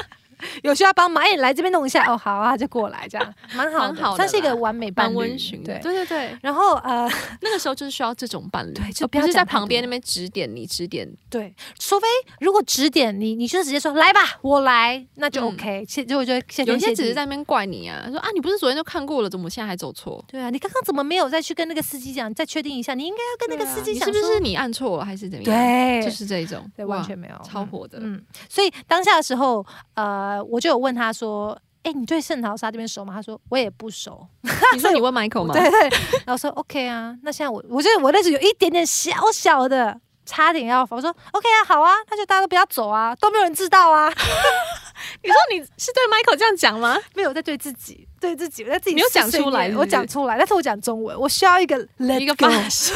Speaker 2: 有需要帮忙，哎、你来这边弄一下，哦，好啊，他就过来，这样蛮好
Speaker 1: 蛮好的
Speaker 2: 算是一个
Speaker 1: 啦
Speaker 2: 完美伴
Speaker 1: 蛮
Speaker 2: 侣，
Speaker 1: 温驯的，
Speaker 2: 对。
Speaker 1: 对对对，
Speaker 2: 然后呃，
Speaker 1: 那个时候就是需要这种伴侣，
Speaker 2: 对就
Speaker 1: 而
Speaker 2: 不要
Speaker 1: 是在
Speaker 2: 讲太
Speaker 1: 旁边
Speaker 2: 多
Speaker 1: 那边指点你指点，
Speaker 2: 对，除非如果指点你，你就直接说来吧，我来，那就
Speaker 1: 嗯
Speaker 2: OK、谢，就我觉得谢
Speaker 1: 有
Speaker 2: 天
Speaker 1: 一些
Speaker 2: 谢
Speaker 1: 只
Speaker 2: 地
Speaker 1: 是。在那边怪你啊，说啊你不是昨天就看过了，怎么现在还走错？
Speaker 2: 对啊，你刚刚怎么没有再去跟那个司机讲，再确定一下？你应该要跟那
Speaker 1: 对
Speaker 2: 个
Speaker 1: 啊
Speaker 2: 司机
Speaker 1: 你
Speaker 2: 讲、
Speaker 1: 是不是？你按错了还是怎么样？
Speaker 2: 对，
Speaker 1: 就是这一种，
Speaker 2: 对，
Speaker 1: 哇
Speaker 2: 完全没有，
Speaker 1: 超
Speaker 2: 嗯
Speaker 1: 火的。
Speaker 2: 嗯，所以当下的时候，呃，我就有问他说：“哎、你对圣淘沙这边熟吗？”他说：“我也不熟。
Speaker 1: 你 说你问 Michael 吗？
Speaker 2: 对对，然后说 OK 啊，那现在我，我觉得我那时候有一点点小小的。差点要我说 OK 啊，好啊，那就大家都不要走啊，都没有人知道啊，
Speaker 1: 你说你是对 Michael 这样讲吗？
Speaker 2: 没有我在对自己，对自己，我在自己
Speaker 1: 你有讲
Speaker 2: 碎碎
Speaker 1: 出来
Speaker 2: 念
Speaker 1: 是不
Speaker 2: 我
Speaker 1: 是
Speaker 2: 讲出来，但是我讲中文，我需要一个 let
Speaker 1: 一个
Speaker 2: go，
Speaker 1: 发誓。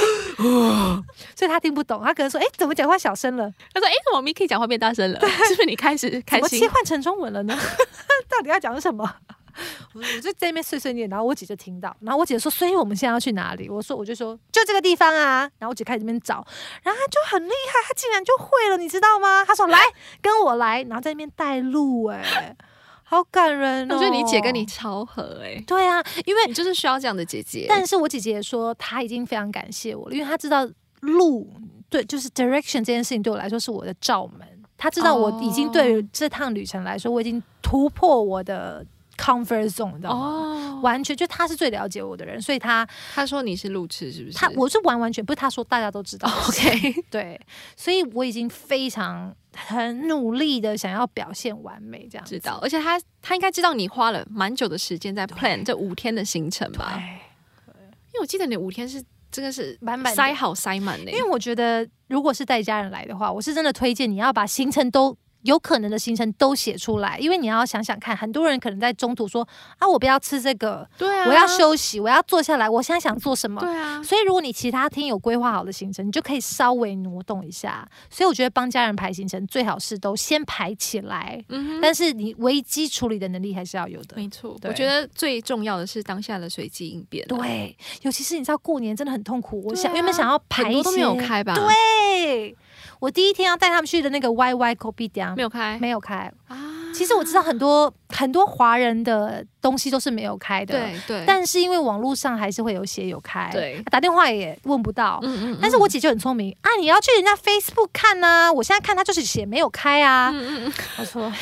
Speaker 2: 所以他听不懂，他可能说，哎、怎么讲话小声了？
Speaker 1: 他说：“哎、怎么 Miki 讲话变大声了？是不是你开始
Speaker 2: 怎
Speaker 1: 开
Speaker 2: 么
Speaker 1: 心
Speaker 2: 切？换成中文了呢？ 到底要讲什么？ 我我就在那边碎碎念，然后我姐就听到，然后我姐说：“所以我们现在要去哪里？”我说：“我就说就这个地方啊。”然后我姐开始这边找，然后她就很厉害，她竟然就会了，你知道吗？她说：“来，跟我来。”然后在那边带路、哎，好感人哦！
Speaker 1: 我觉得你姐跟你超合哎、
Speaker 2: 对啊，因为
Speaker 1: 你就是需要这样的姐姐。
Speaker 2: 但是我姐姐也说她已经非常感谢我了，因为她知道路对，就是 direction 这件事情对我来说是我的罩门。她知道我已经
Speaker 1: 哦
Speaker 2: 对于这趟旅程来说，我已经突破我的 comfort zone，你知道吗？
Speaker 1: 哦，
Speaker 2: 完全就她是最了解我的人，所以她
Speaker 1: 他说你是路痴是不是？哦
Speaker 2: 她我是完完全不是她说大家都知道
Speaker 1: OK，
Speaker 2: 对，所以我已经非常很努力的想要表现完美这样子
Speaker 1: 知道，而且他他应该知道你花了蛮久的时间在 plan 这五天的行程吧？
Speaker 2: 哎，
Speaker 1: 因为我记得你五天是真的是
Speaker 2: 满满的
Speaker 1: 塞好塞满呢、
Speaker 2: 因为我觉得，如果是带家人来的话，我是真的推荐你要把行程都有可能的行程都写出来，因为你要想想看，很多人可能在中途说啊，我不要吃这个，
Speaker 1: 对啊，
Speaker 2: 我要休息，我要坐下来，我现在想做什么。
Speaker 1: 对啊，
Speaker 2: 所以，如果你其他天有规划好的行程，你就可以稍微挪动一下。所以，我觉得帮家人排行程最好是都先排起来，
Speaker 1: 嗯哼，
Speaker 2: 但是你危机处理的能力还是要有的。
Speaker 1: 没错，
Speaker 2: 对
Speaker 1: 我觉得最重要的是当下的随机应变、啊。
Speaker 2: 对，尤其是你知道过年真的很痛苦，我
Speaker 1: 对
Speaker 2: 想
Speaker 1: 啊
Speaker 2: 原本想要排
Speaker 1: 很多
Speaker 2: 一
Speaker 1: 都没有
Speaker 2: 些
Speaker 1: 开吧？
Speaker 2: 对，我第一天要带他们去的那个 YY k o b i d a
Speaker 1: 没有开
Speaker 2: 没有开。
Speaker 1: 啊
Speaker 2: 其实我知道很多很多华人的东西都是没有开的，
Speaker 1: 对对，
Speaker 2: 但是因为网络上还是会有写有开，
Speaker 1: 对
Speaker 2: 打电话也问不到。
Speaker 1: 嗯嗯，
Speaker 2: 但是我姐就很聪明啊，你要去人家 Facebook 看呐、我现在看她就是写没有开啊。
Speaker 1: 嗯嗯嗯，
Speaker 2: 我说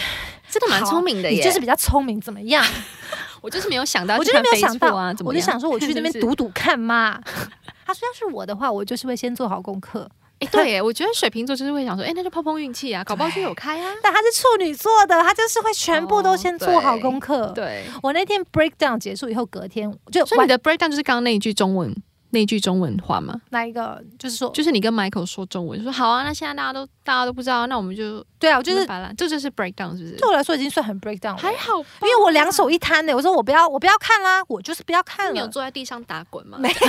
Speaker 1: 真的蛮聪明的
Speaker 2: 你
Speaker 1: 耶，
Speaker 2: 就是比较聪明，怎么样？
Speaker 1: 我就是没有想到
Speaker 2: 我
Speaker 1: 去
Speaker 2: 真的
Speaker 1: 看 Facebook 啊，
Speaker 2: 没有想到
Speaker 1: 怎么
Speaker 2: 我就
Speaker 1: 样
Speaker 2: 想说 我去那边
Speaker 1: 是不是
Speaker 2: 赌赌看嘛。 她说要是我的话，我就是会先做好功课。
Speaker 1: 哎、对耶，我觉得水瓶座就是会想说，哎、那就碰碰运气啊，搞不好就有开啊。
Speaker 2: 但他是处女座的，他就是会全部都先做好
Speaker 1: 哦对
Speaker 2: 功课。
Speaker 1: 对，
Speaker 2: 我那天 breakdown 结束以后，隔天就
Speaker 1: 所以
Speaker 2: 完
Speaker 1: 你的 breakdown 就是刚刚那一句中文，那一句中文话嘛，
Speaker 2: 那一个就是说，
Speaker 1: 就是你跟 Michael 说中文，说好啊，那现在大家都大家都不知道，那我们就
Speaker 2: 对啊，我就是
Speaker 1: 白了，这就是 breakdown 是不是？
Speaker 2: 对我来说已经算很 breakdown 了，
Speaker 1: 还好吧，
Speaker 2: 因为我两手一摊的、我说我不要，我不要看啦，我就是不要看
Speaker 1: 你有
Speaker 2: 了。
Speaker 1: 坐在地上打滚 吗？
Speaker 2: 没
Speaker 1: 然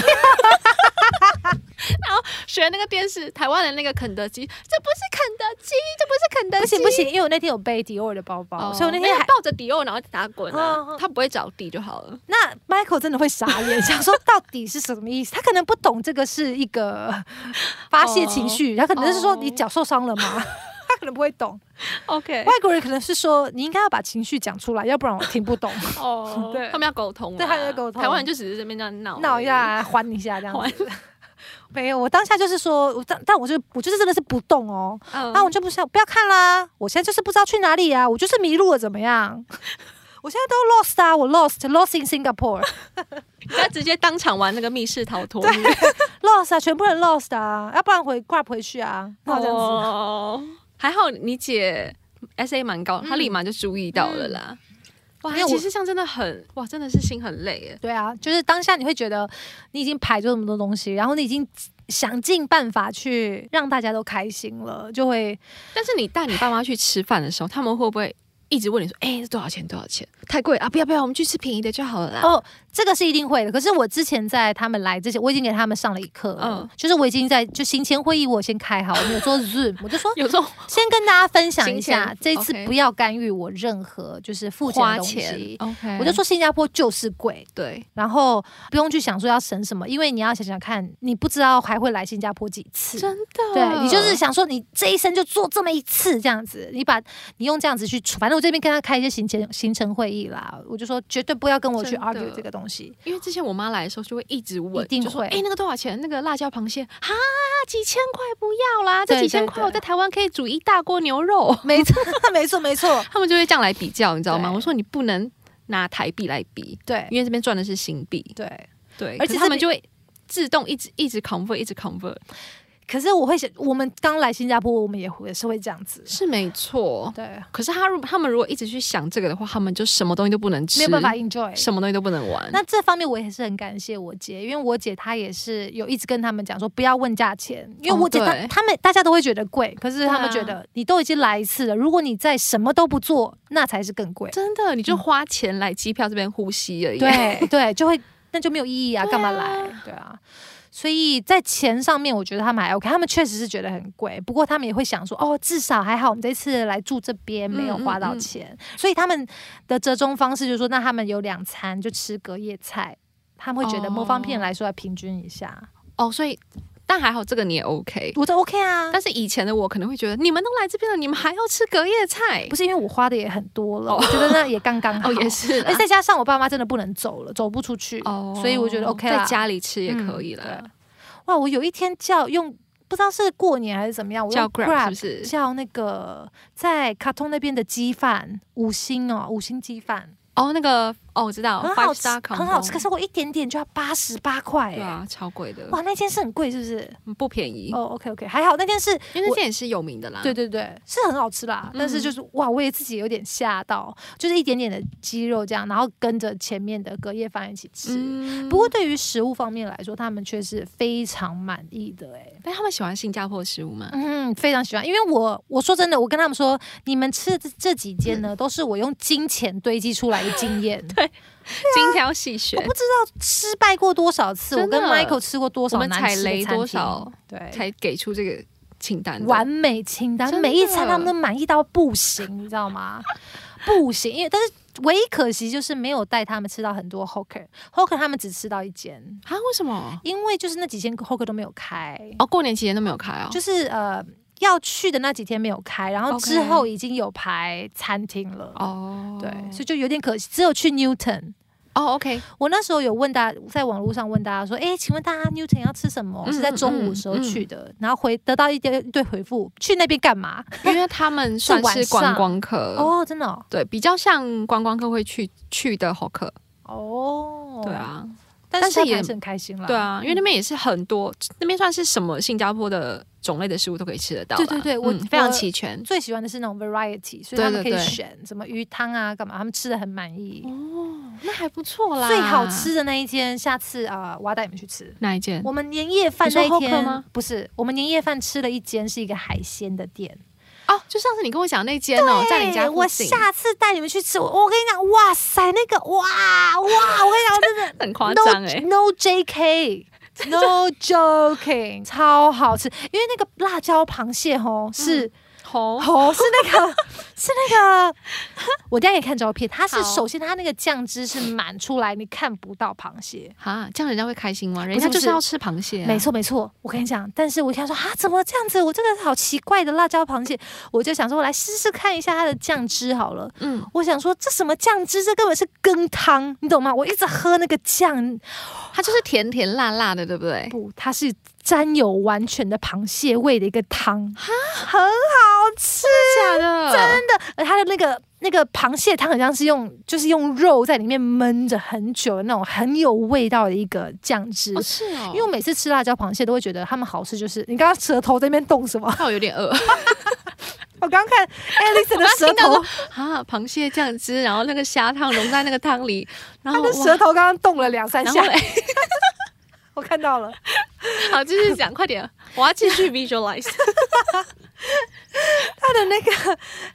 Speaker 1: 后学那个电视，台湾的那个肯德基，这不是肯德基，这不是肯德
Speaker 2: 不
Speaker 1: 基，
Speaker 2: 行不行，因为我那天有背迪奥的包包，
Speaker 1: 哦
Speaker 2: 所以我那
Speaker 1: 没
Speaker 2: 天
Speaker 1: 有
Speaker 2: 还
Speaker 1: 抱着迪奥然后打滚
Speaker 2: 哦
Speaker 1: 啊
Speaker 2: 哦，
Speaker 1: 他不会着地就好了。
Speaker 2: 那 Michael 真的会傻 眼，想说到底是什么意思？他可能不懂这个是一 个发泄情绪，他可能是说
Speaker 1: 哦
Speaker 2: 你脚受伤了 吗？他可能不会懂，
Speaker 1: OK，
Speaker 2: 外国人可能是说你应该要把情绪讲出来，要不然我听不懂。
Speaker 1: 哦，
Speaker 2: 对
Speaker 1: 他们要沟通啊，
Speaker 2: 对他们要沟通
Speaker 1: 台湾人就只是这边这样闹
Speaker 2: 闹一
Speaker 1: 一
Speaker 2: 下，还一下这样
Speaker 1: 哦还
Speaker 2: 子。 没有，我当下就是说，我但但我就我就是真的是不动哦，
Speaker 1: 嗯
Speaker 2: 那、我就不想不要看啦，我现在就是不知道去哪里啊，我就是迷路了，怎么样？ 我现在都 lost 啊，我 lost lost in Singapore
Speaker 1: 他直接当场玩那个密室逃脱，
Speaker 2: lost 啊，全部人 lost 啊，要不然回 grab 回去啊，那我这样子。
Speaker 1: 哦，还好你姐 S A 蛮高，她立马就注意到了啦。哇，
Speaker 2: 嗯哎因为我
Speaker 1: 其实这样真的很哇，真的是心很累耶。
Speaker 2: 对啊，就是当下你会觉得你已经排除这么多东西，然后你已经想尽办法去让大家都开心了，就会
Speaker 1: 但是你带你爸妈去吃饭的时候，他们会不会一直问你说：“哎、这多少钱？多少钱？太贵啊！不要不要，我们去吃便宜的就好了啦。
Speaker 2: 哦，这个是一定会的。可是我之前在他们来之前，我已经给他们上了一课了，
Speaker 1: 嗯
Speaker 2: 就是我已经在就行前会议我先开好，我没有做 Zoom，我 就说
Speaker 1: 有这种
Speaker 2: 先跟大家分享一
Speaker 1: 行
Speaker 2: 下
Speaker 1: 前，
Speaker 2: 这一次
Speaker 1: OK
Speaker 2: 不要干预我任何就是付钱的
Speaker 1: 花
Speaker 2: 东
Speaker 1: 钱
Speaker 2: 西。
Speaker 1: ，OK，
Speaker 2: 我就说新加坡就是贵，
Speaker 1: 对，
Speaker 2: 然后不用去想说要省什么，因为你要想想看，你不知道还会来新加坡几次。
Speaker 1: 真的，
Speaker 2: 对你就是想说，你这一生就做这么一次这样子，你把你用这样子去处，反正我这边跟他开一些行前行程会议啦，我就说绝对不要跟我去
Speaker 1: 真的
Speaker 2: argue 这个东西。
Speaker 1: 因为之前我妈来的时候就会一直问，
Speaker 2: 一定
Speaker 1: 就说
Speaker 2: 会
Speaker 1: 哎、那个多少钱？那个辣椒螃蟹哈，几千块不要啦，这
Speaker 2: 对
Speaker 1: 几千
Speaker 2: 对
Speaker 1: 块
Speaker 2: 对
Speaker 1: 我在台湾可以煮一大锅牛肉。
Speaker 2: 没错，没错，没错，
Speaker 1: 他们就会这样来比较，你知道吗？
Speaker 2: 对
Speaker 1: 我说你不能拿台币来比，
Speaker 2: 对
Speaker 1: 因为这边赚的是新币，
Speaker 2: 对。
Speaker 1: 对，
Speaker 2: 而
Speaker 1: 而
Speaker 2: 且
Speaker 1: 且
Speaker 2: 这
Speaker 1: 他们
Speaker 2: 边
Speaker 1: 就会自动一直一直 convert，一直 convert，
Speaker 2: 可是我会想，我们刚来新加坡，我们也会也是会这样子，
Speaker 1: 是没错。
Speaker 2: 对，
Speaker 1: 可是他如他们如果一直去想这个的话，他们就什么东西都不能吃，
Speaker 2: 没有办法 enjoy。
Speaker 1: 什么东西都不能玩。
Speaker 2: 那这方面我也是很感谢我姐，因为我姐她也是有一直跟他们讲说不要问价钱，因为我姐
Speaker 1: 哦
Speaker 2: 她、
Speaker 1: 对
Speaker 2: 他们大家都会觉得贵，可是他
Speaker 1: 对
Speaker 2: 们
Speaker 1: 啊
Speaker 2: 觉得你都已经来一次了，如果你再什么都不做，那才是更贵。
Speaker 1: 真的，你就花钱来机票这边呼吸而已。
Speaker 2: 嗯对对，就会那就没有意义啊，
Speaker 1: 对啊
Speaker 2: 干嘛来？对啊。所以在钱上面，我觉得他们还 OK，他们确实是觉得很贵，不过他们也会想说，哦，至少还好，我们这次来住这边没有
Speaker 1: 嗯嗯
Speaker 2: 花到
Speaker 1: 嗯
Speaker 2: 钱，所以他们的折中方式就是说，那他们有两餐就吃隔夜菜，他们会觉得
Speaker 1: 哦
Speaker 2: 某方面来说要平均一下，
Speaker 1: 哦，所以但还好这个你也 OK。
Speaker 2: 我都 OK 啊，
Speaker 1: 但是以前的我可能会觉得，你们都来这边了，你们还要吃隔夜菜？
Speaker 2: 不
Speaker 1: 是，
Speaker 2: 是因为我花的也很多了，
Speaker 1: 哦
Speaker 2: 我觉得那也刚刚好，
Speaker 1: 哦，也，是啦
Speaker 2: 而且，再加上我爸妈真的不能走了，走不出去，
Speaker 1: 哦
Speaker 2: 所以我觉得 OK 啦
Speaker 1: 在家里吃也可以
Speaker 2: 嗯
Speaker 1: 了。
Speaker 2: 对哇，我有一天叫用不知道是过年还是怎么样，我用
Speaker 1: 叫 Grab 是不是？
Speaker 2: 叫那个在卡通那边的鸡饭，五星哦，五星鸡饭、
Speaker 1: 哦，那个哦，我知道
Speaker 2: 很好
Speaker 1: ，Five
Speaker 2: 吃
Speaker 1: Star，
Speaker 2: 很好吃。可
Speaker 1: combo
Speaker 2: 是我一点点就要八十八块
Speaker 1: 对
Speaker 2: 哎、
Speaker 1: 啊，超贵的，
Speaker 2: 哇，那间是很贵是不是？
Speaker 1: 嗯不便宜，
Speaker 2: 哦，OK OK，还好那间是，
Speaker 1: 因为那
Speaker 2: 我
Speaker 1: 间也是有名的啦。
Speaker 2: 对，对对，是很好吃啦。但是
Speaker 1: 嗯
Speaker 2: 就是哇，我也自己有点吓到，就是一点点的鸡肉这样，然后跟着前面的隔夜饭一起吃。
Speaker 1: 嗯
Speaker 2: 不过对于食物方面来说，他们却是非常满意的哎、
Speaker 1: 但他们喜欢新加坡的食物吗？
Speaker 2: 嗯，非常喜欢，因为我我说真的，我跟他们说，你们吃的这这几间 呢，都是我用金钱堆积出来的经验。
Speaker 1: 精挑细选
Speaker 2: 啊我，不知道失败过多少次，我
Speaker 1: 真的
Speaker 2: 跟 Michael 吃过多
Speaker 1: 我
Speaker 2: 少
Speaker 1: 们
Speaker 2: 难吃的
Speaker 1: 踩雷
Speaker 2: 餐厅
Speaker 1: 多少，
Speaker 2: 对，
Speaker 1: 才给出这个清单的。
Speaker 2: 完美清单，
Speaker 1: 真的
Speaker 2: 每一餐他们都满意到不行，你知道吗？ 不行，因为但是唯一可惜就是没有带他们吃到很多 Hawker，Hawker 他们只吃到一间，
Speaker 1: 啊？为什么？
Speaker 2: 因为就是那几间 Hawker 都没有开，
Speaker 1: 哦，过年期间都没有开哦。
Speaker 2: 就是呃。要去的那几天没有开，然后之
Speaker 1: OK
Speaker 2: 后已经有排餐厅了。
Speaker 1: 哦，
Speaker 2: 对，所以就有点可惜，只有去 Newton。
Speaker 1: 哦，OK，
Speaker 2: 我那时候有问大家，在网络上问大家说：“诶，请问大家 Newton 要吃什么？”
Speaker 1: 嗯
Speaker 2: 是在中午的时候去的，然后回得到一堆一堆回复，去那边干嘛？
Speaker 1: 因为他们算
Speaker 2: 晚
Speaker 1: 是
Speaker 2: 上
Speaker 1: 观光客，
Speaker 2: 哦，真的哦，
Speaker 1: 对，比较像观光客会去去的好客。
Speaker 2: 哦
Speaker 1: 对，啊，
Speaker 2: 但
Speaker 1: 但
Speaker 2: 是
Speaker 1: 是
Speaker 2: 他
Speaker 1: 也
Speaker 2: 们还是很开心哦啦。嗯
Speaker 1: 对啊，因为那边也是很多，那边算是什么新加坡的种类的食物都可以吃得到啦。
Speaker 2: 对对对我
Speaker 1: 嗯非常
Speaker 2: 我
Speaker 1: 齐全。
Speaker 2: 最喜欢的是那种 variety，所以
Speaker 1: 对
Speaker 2: 他们可以
Speaker 1: 对对哦
Speaker 2: 选什么鱼汤啊，干嘛？他们吃的很满意。哦
Speaker 1: 那还不错啦。
Speaker 2: 最好吃的那一间，下次啊、呃我要带你们去吃。
Speaker 1: 哪一间？
Speaker 2: 我们年夜饭
Speaker 1: 你说
Speaker 2: 那一
Speaker 1: Hawker
Speaker 2: 天
Speaker 1: 吗
Speaker 2: 不是，我们年夜饭吃了一间是一个海鲜的店，
Speaker 1: 哦，就上次你跟我讲那间哦，在你家
Speaker 2: 哎我
Speaker 1: 附近，
Speaker 2: 下次带你们去吃，我我跟你讲，哇塞，那个哇哇，我跟你讲，真的
Speaker 1: 很 夸张哎
Speaker 2: no。no JK。No joking，超好吃，因为那个辣椒螃蟹吼是
Speaker 1: 嗯红
Speaker 2: 吼、是那个 是是那个，我等一下给你看照片。它是
Speaker 1: 好
Speaker 2: 首先它那个酱汁是满出来，你看不到螃蟹。
Speaker 1: 啊，这样人家会开心吗？人
Speaker 2: 不
Speaker 1: 家
Speaker 2: 是不
Speaker 1: 就是
Speaker 2: 是
Speaker 1: 要吃螃蟹、啊，
Speaker 2: 没错没错，我跟你讲，但是我一看说啊，怎么这样子？我这个好奇怪的辣椒螃蟹，我就想说，我来试试看一下它的酱汁好了。
Speaker 1: 嗯，
Speaker 2: 我想说，这什么酱汁？这根本是羹汤，你懂吗？我一直喝那个酱，
Speaker 1: 它就是甜甜辣辣的，对不对？
Speaker 2: 不，它是沾有完全的螃蟹味的一个汤，哈，很好吃。
Speaker 1: 假的，真的，
Speaker 2: 而它的那个那个螃蟹汤，好像是用就是用肉在里面焖着很久的那种很有味道的一个酱汁。
Speaker 1: 哦、是哦，
Speaker 2: 因为我每次吃辣椒螃蟹都会觉得它们好吃，就是你刚刚舌头在那边动什么？
Speaker 1: 害我有点饿
Speaker 2: 我刚看 Alison 的舌
Speaker 1: 听到
Speaker 2: 头
Speaker 1: 说，啊！螃蟹酱汁，然后那个虾汤融在那个汤里，然
Speaker 2: 她
Speaker 1: 后
Speaker 2: 的
Speaker 1: 哦哇
Speaker 2: 舌头刚刚动了两三
Speaker 1: 然
Speaker 2: 下
Speaker 1: 后，嘞，哎
Speaker 2: 我看到了。
Speaker 1: 好，继续讲，快 点，我要继续 visualize。
Speaker 2: 它的那个，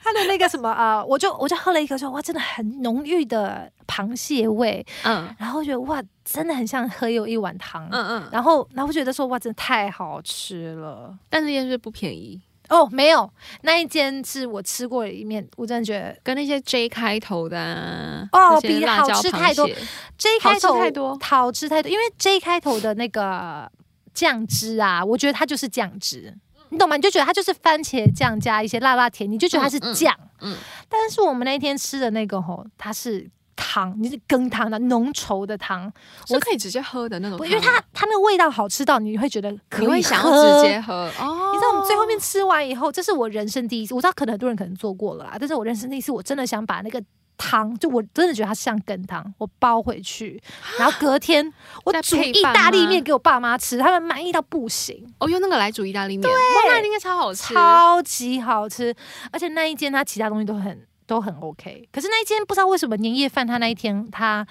Speaker 2: 它的那个什么啊、呃我就我就喝了一口，说哇，真的很浓郁的螃蟹味，
Speaker 1: 嗯
Speaker 2: 然后觉得哇，真的很像喝有一碗汤。
Speaker 1: 嗯嗯，
Speaker 2: 然后，然后觉得说哇，真的太好吃了
Speaker 1: 但是也是不便宜，
Speaker 2: 哦！没有，那一间是我吃过里面，我真的觉得
Speaker 1: 跟那些 J 开头的、啊、
Speaker 2: 哦
Speaker 1: 那些
Speaker 2: 比
Speaker 1: 辣椒
Speaker 2: 好吃
Speaker 1: 螃
Speaker 2: 太多
Speaker 1: 蟹
Speaker 2: J
Speaker 1: 好
Speaker 2: 开
Speaker 1: 吃
Speaker 2: 头
Speaker 1: 太多
Speaker 2: 好吃太多，因为 J 开头的那个酱汁啊，我觉得它就是酱汁，你懂吗？你就觉得它就是番茄酱加一些辣辣甜，你就觉得它是酱。
Speaker 1: 嗯嗯嗯
Speaker 2: 但是我们那天吃的那个吼，它是汤，你是羹汤的浓稠的汤，
Speaker 1: 我可以直接喝的那种
Speaker 2: 不
Speaker 1: 汤
Speaker 2: 因
Speaker 1: 吗，
Speaker 2: 为它它那个味道好吃到你会觉得可以
Speaker 1: 你会想要
Speaker 2: 喝
Speaker 1: 直接喝哦。
Speaker 2: 你知道我们最后面吃完以后，这是我人生第一次，我知道可能很多人可能做过了啦，但是我人生第一次，我真的想把那个汤，就我真的觉得它像羹汤，我包回去，然后 隔天我
Speaker 1: 再
Speaker 2: 煮
Speaker 1: 配
Speaker 2: 意
Speaker 1: 饭
Speaker 2: 大利
Speaker 1: 吗
Speaker 2: 面给我爸妈吃，他们满意到不行，
Speaker 1: 哦，用那个来煮意大利面，哇，那应该超好吃。
Speaker 2: 超级好吃，而且那一间它其他东西都很都很 OK，可是那一间不知道为什么年夜饭它那一天它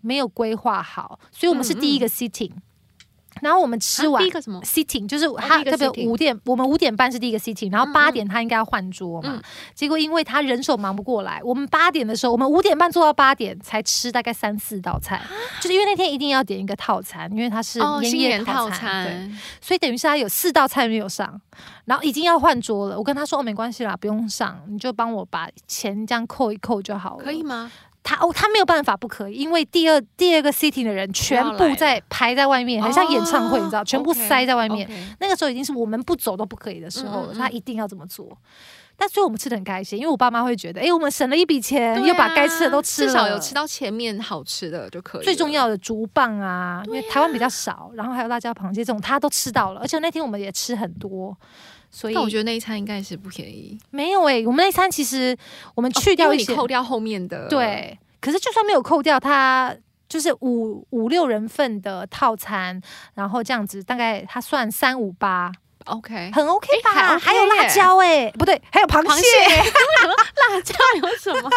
Speaker 2: 没有规划好，所以我们是第一个 sitting，、然后我们
Speaker 1: 嗯
Speaker 2: 吃
Speaker 1: 啊
Speaker 2: 完
Speaker 1: 第一。个什么？
Speaker 2: sitting，就是
Speaker 1: 哦第
Speaker 2: 他
Speaker 1: 一个
Speaker 2: 特别
Speaker 1: sitting
Speaker 2: 五点，我们五点半是第一个 sitting，然后
Speaker 1: 嗯
Speaker 2: 八
Speaker 1: 嗯
Speaker 2: 点他应该要换桌嘛。
Speaker 1: 嗯
Speaker 2: 结果因为他人手忙不过来，我们八点的时候，我们五点半做到八点才吃大概三四道菜，就是因为那天一定要点一个套餐，因为它是
Speaker 1: 啊哦，
Speaker 2: 年
Speaker 1: 新
Speaker 2: 夜
Speaker 1: 年
Speaker 2: 套
Speaker 1: 套
Speaker 2: 餐，对，
Speaker 1: 餐，
Speaker 2: 所以等于是他有四道菜没有上，然后已经要换桌了。我跟他说哦，没关系啦，不用上，你就帮我把钱这样扣一扣就好了。
Speaker 1: 可以吗？
Speaker 2: 他哦，他没有办法不可以，因为第二第二个 sitting 的人全
Speaker 1: 要来
Speaker 2: 部
Speaker 1: 了
Speaker 2: 在排在外面，很像演唱会，
Speaker 1: 哦
Speaker 2: 你知道，全部
Speaker 1: OK，哦
Speaker 2: 塞在外面。
Speaker 1: OK
Speaker 2: 那个时候已经是我们不走都不可以的时候了，
Speaker 1: 嗯嗯嗯
Speaker 2: 他一定要这么做。但所以我们吃的很开心，因为我爸妈会觉得，哎、我们省了一笔钱，
Speaker 1: 对啊
Speaker 2: 又把该吃的都吃了，
Speaker 1: 啊至少有吃到前面好吃的就可以了。
Speaker 2: 最重要的竹棒啊，因为台湾比较少，然后还有辣椒螃蟹这种，他都吃到了。而且那天我们也吃很多，所以
Speaker 1: 但我觉得那一餐应该是不便宜，
Speaker 2: 没有哎、我们那一餐其实我们
Speaker 1: 哦
Speaker 2: 去掉
Speaker 1: 因为
Speaker 2: 一些，
Speaker 1: 你扣掉后面的，，
Speaker 2: 对，可是就算没有扣掉它。就是五五六人份的套餐，然后这样子大概它算三五八，
Speaker 1: ，OK。
Speaker 2: 很 OK 吧？
Speaker 1: 哎还 OK
Speaker 2: 还有辣
Speaker 1: 耶
Speaker 2: 椒哎、不 对，还有螃蟹，
Speaker 1: 螃蟹，辣椒有什 么？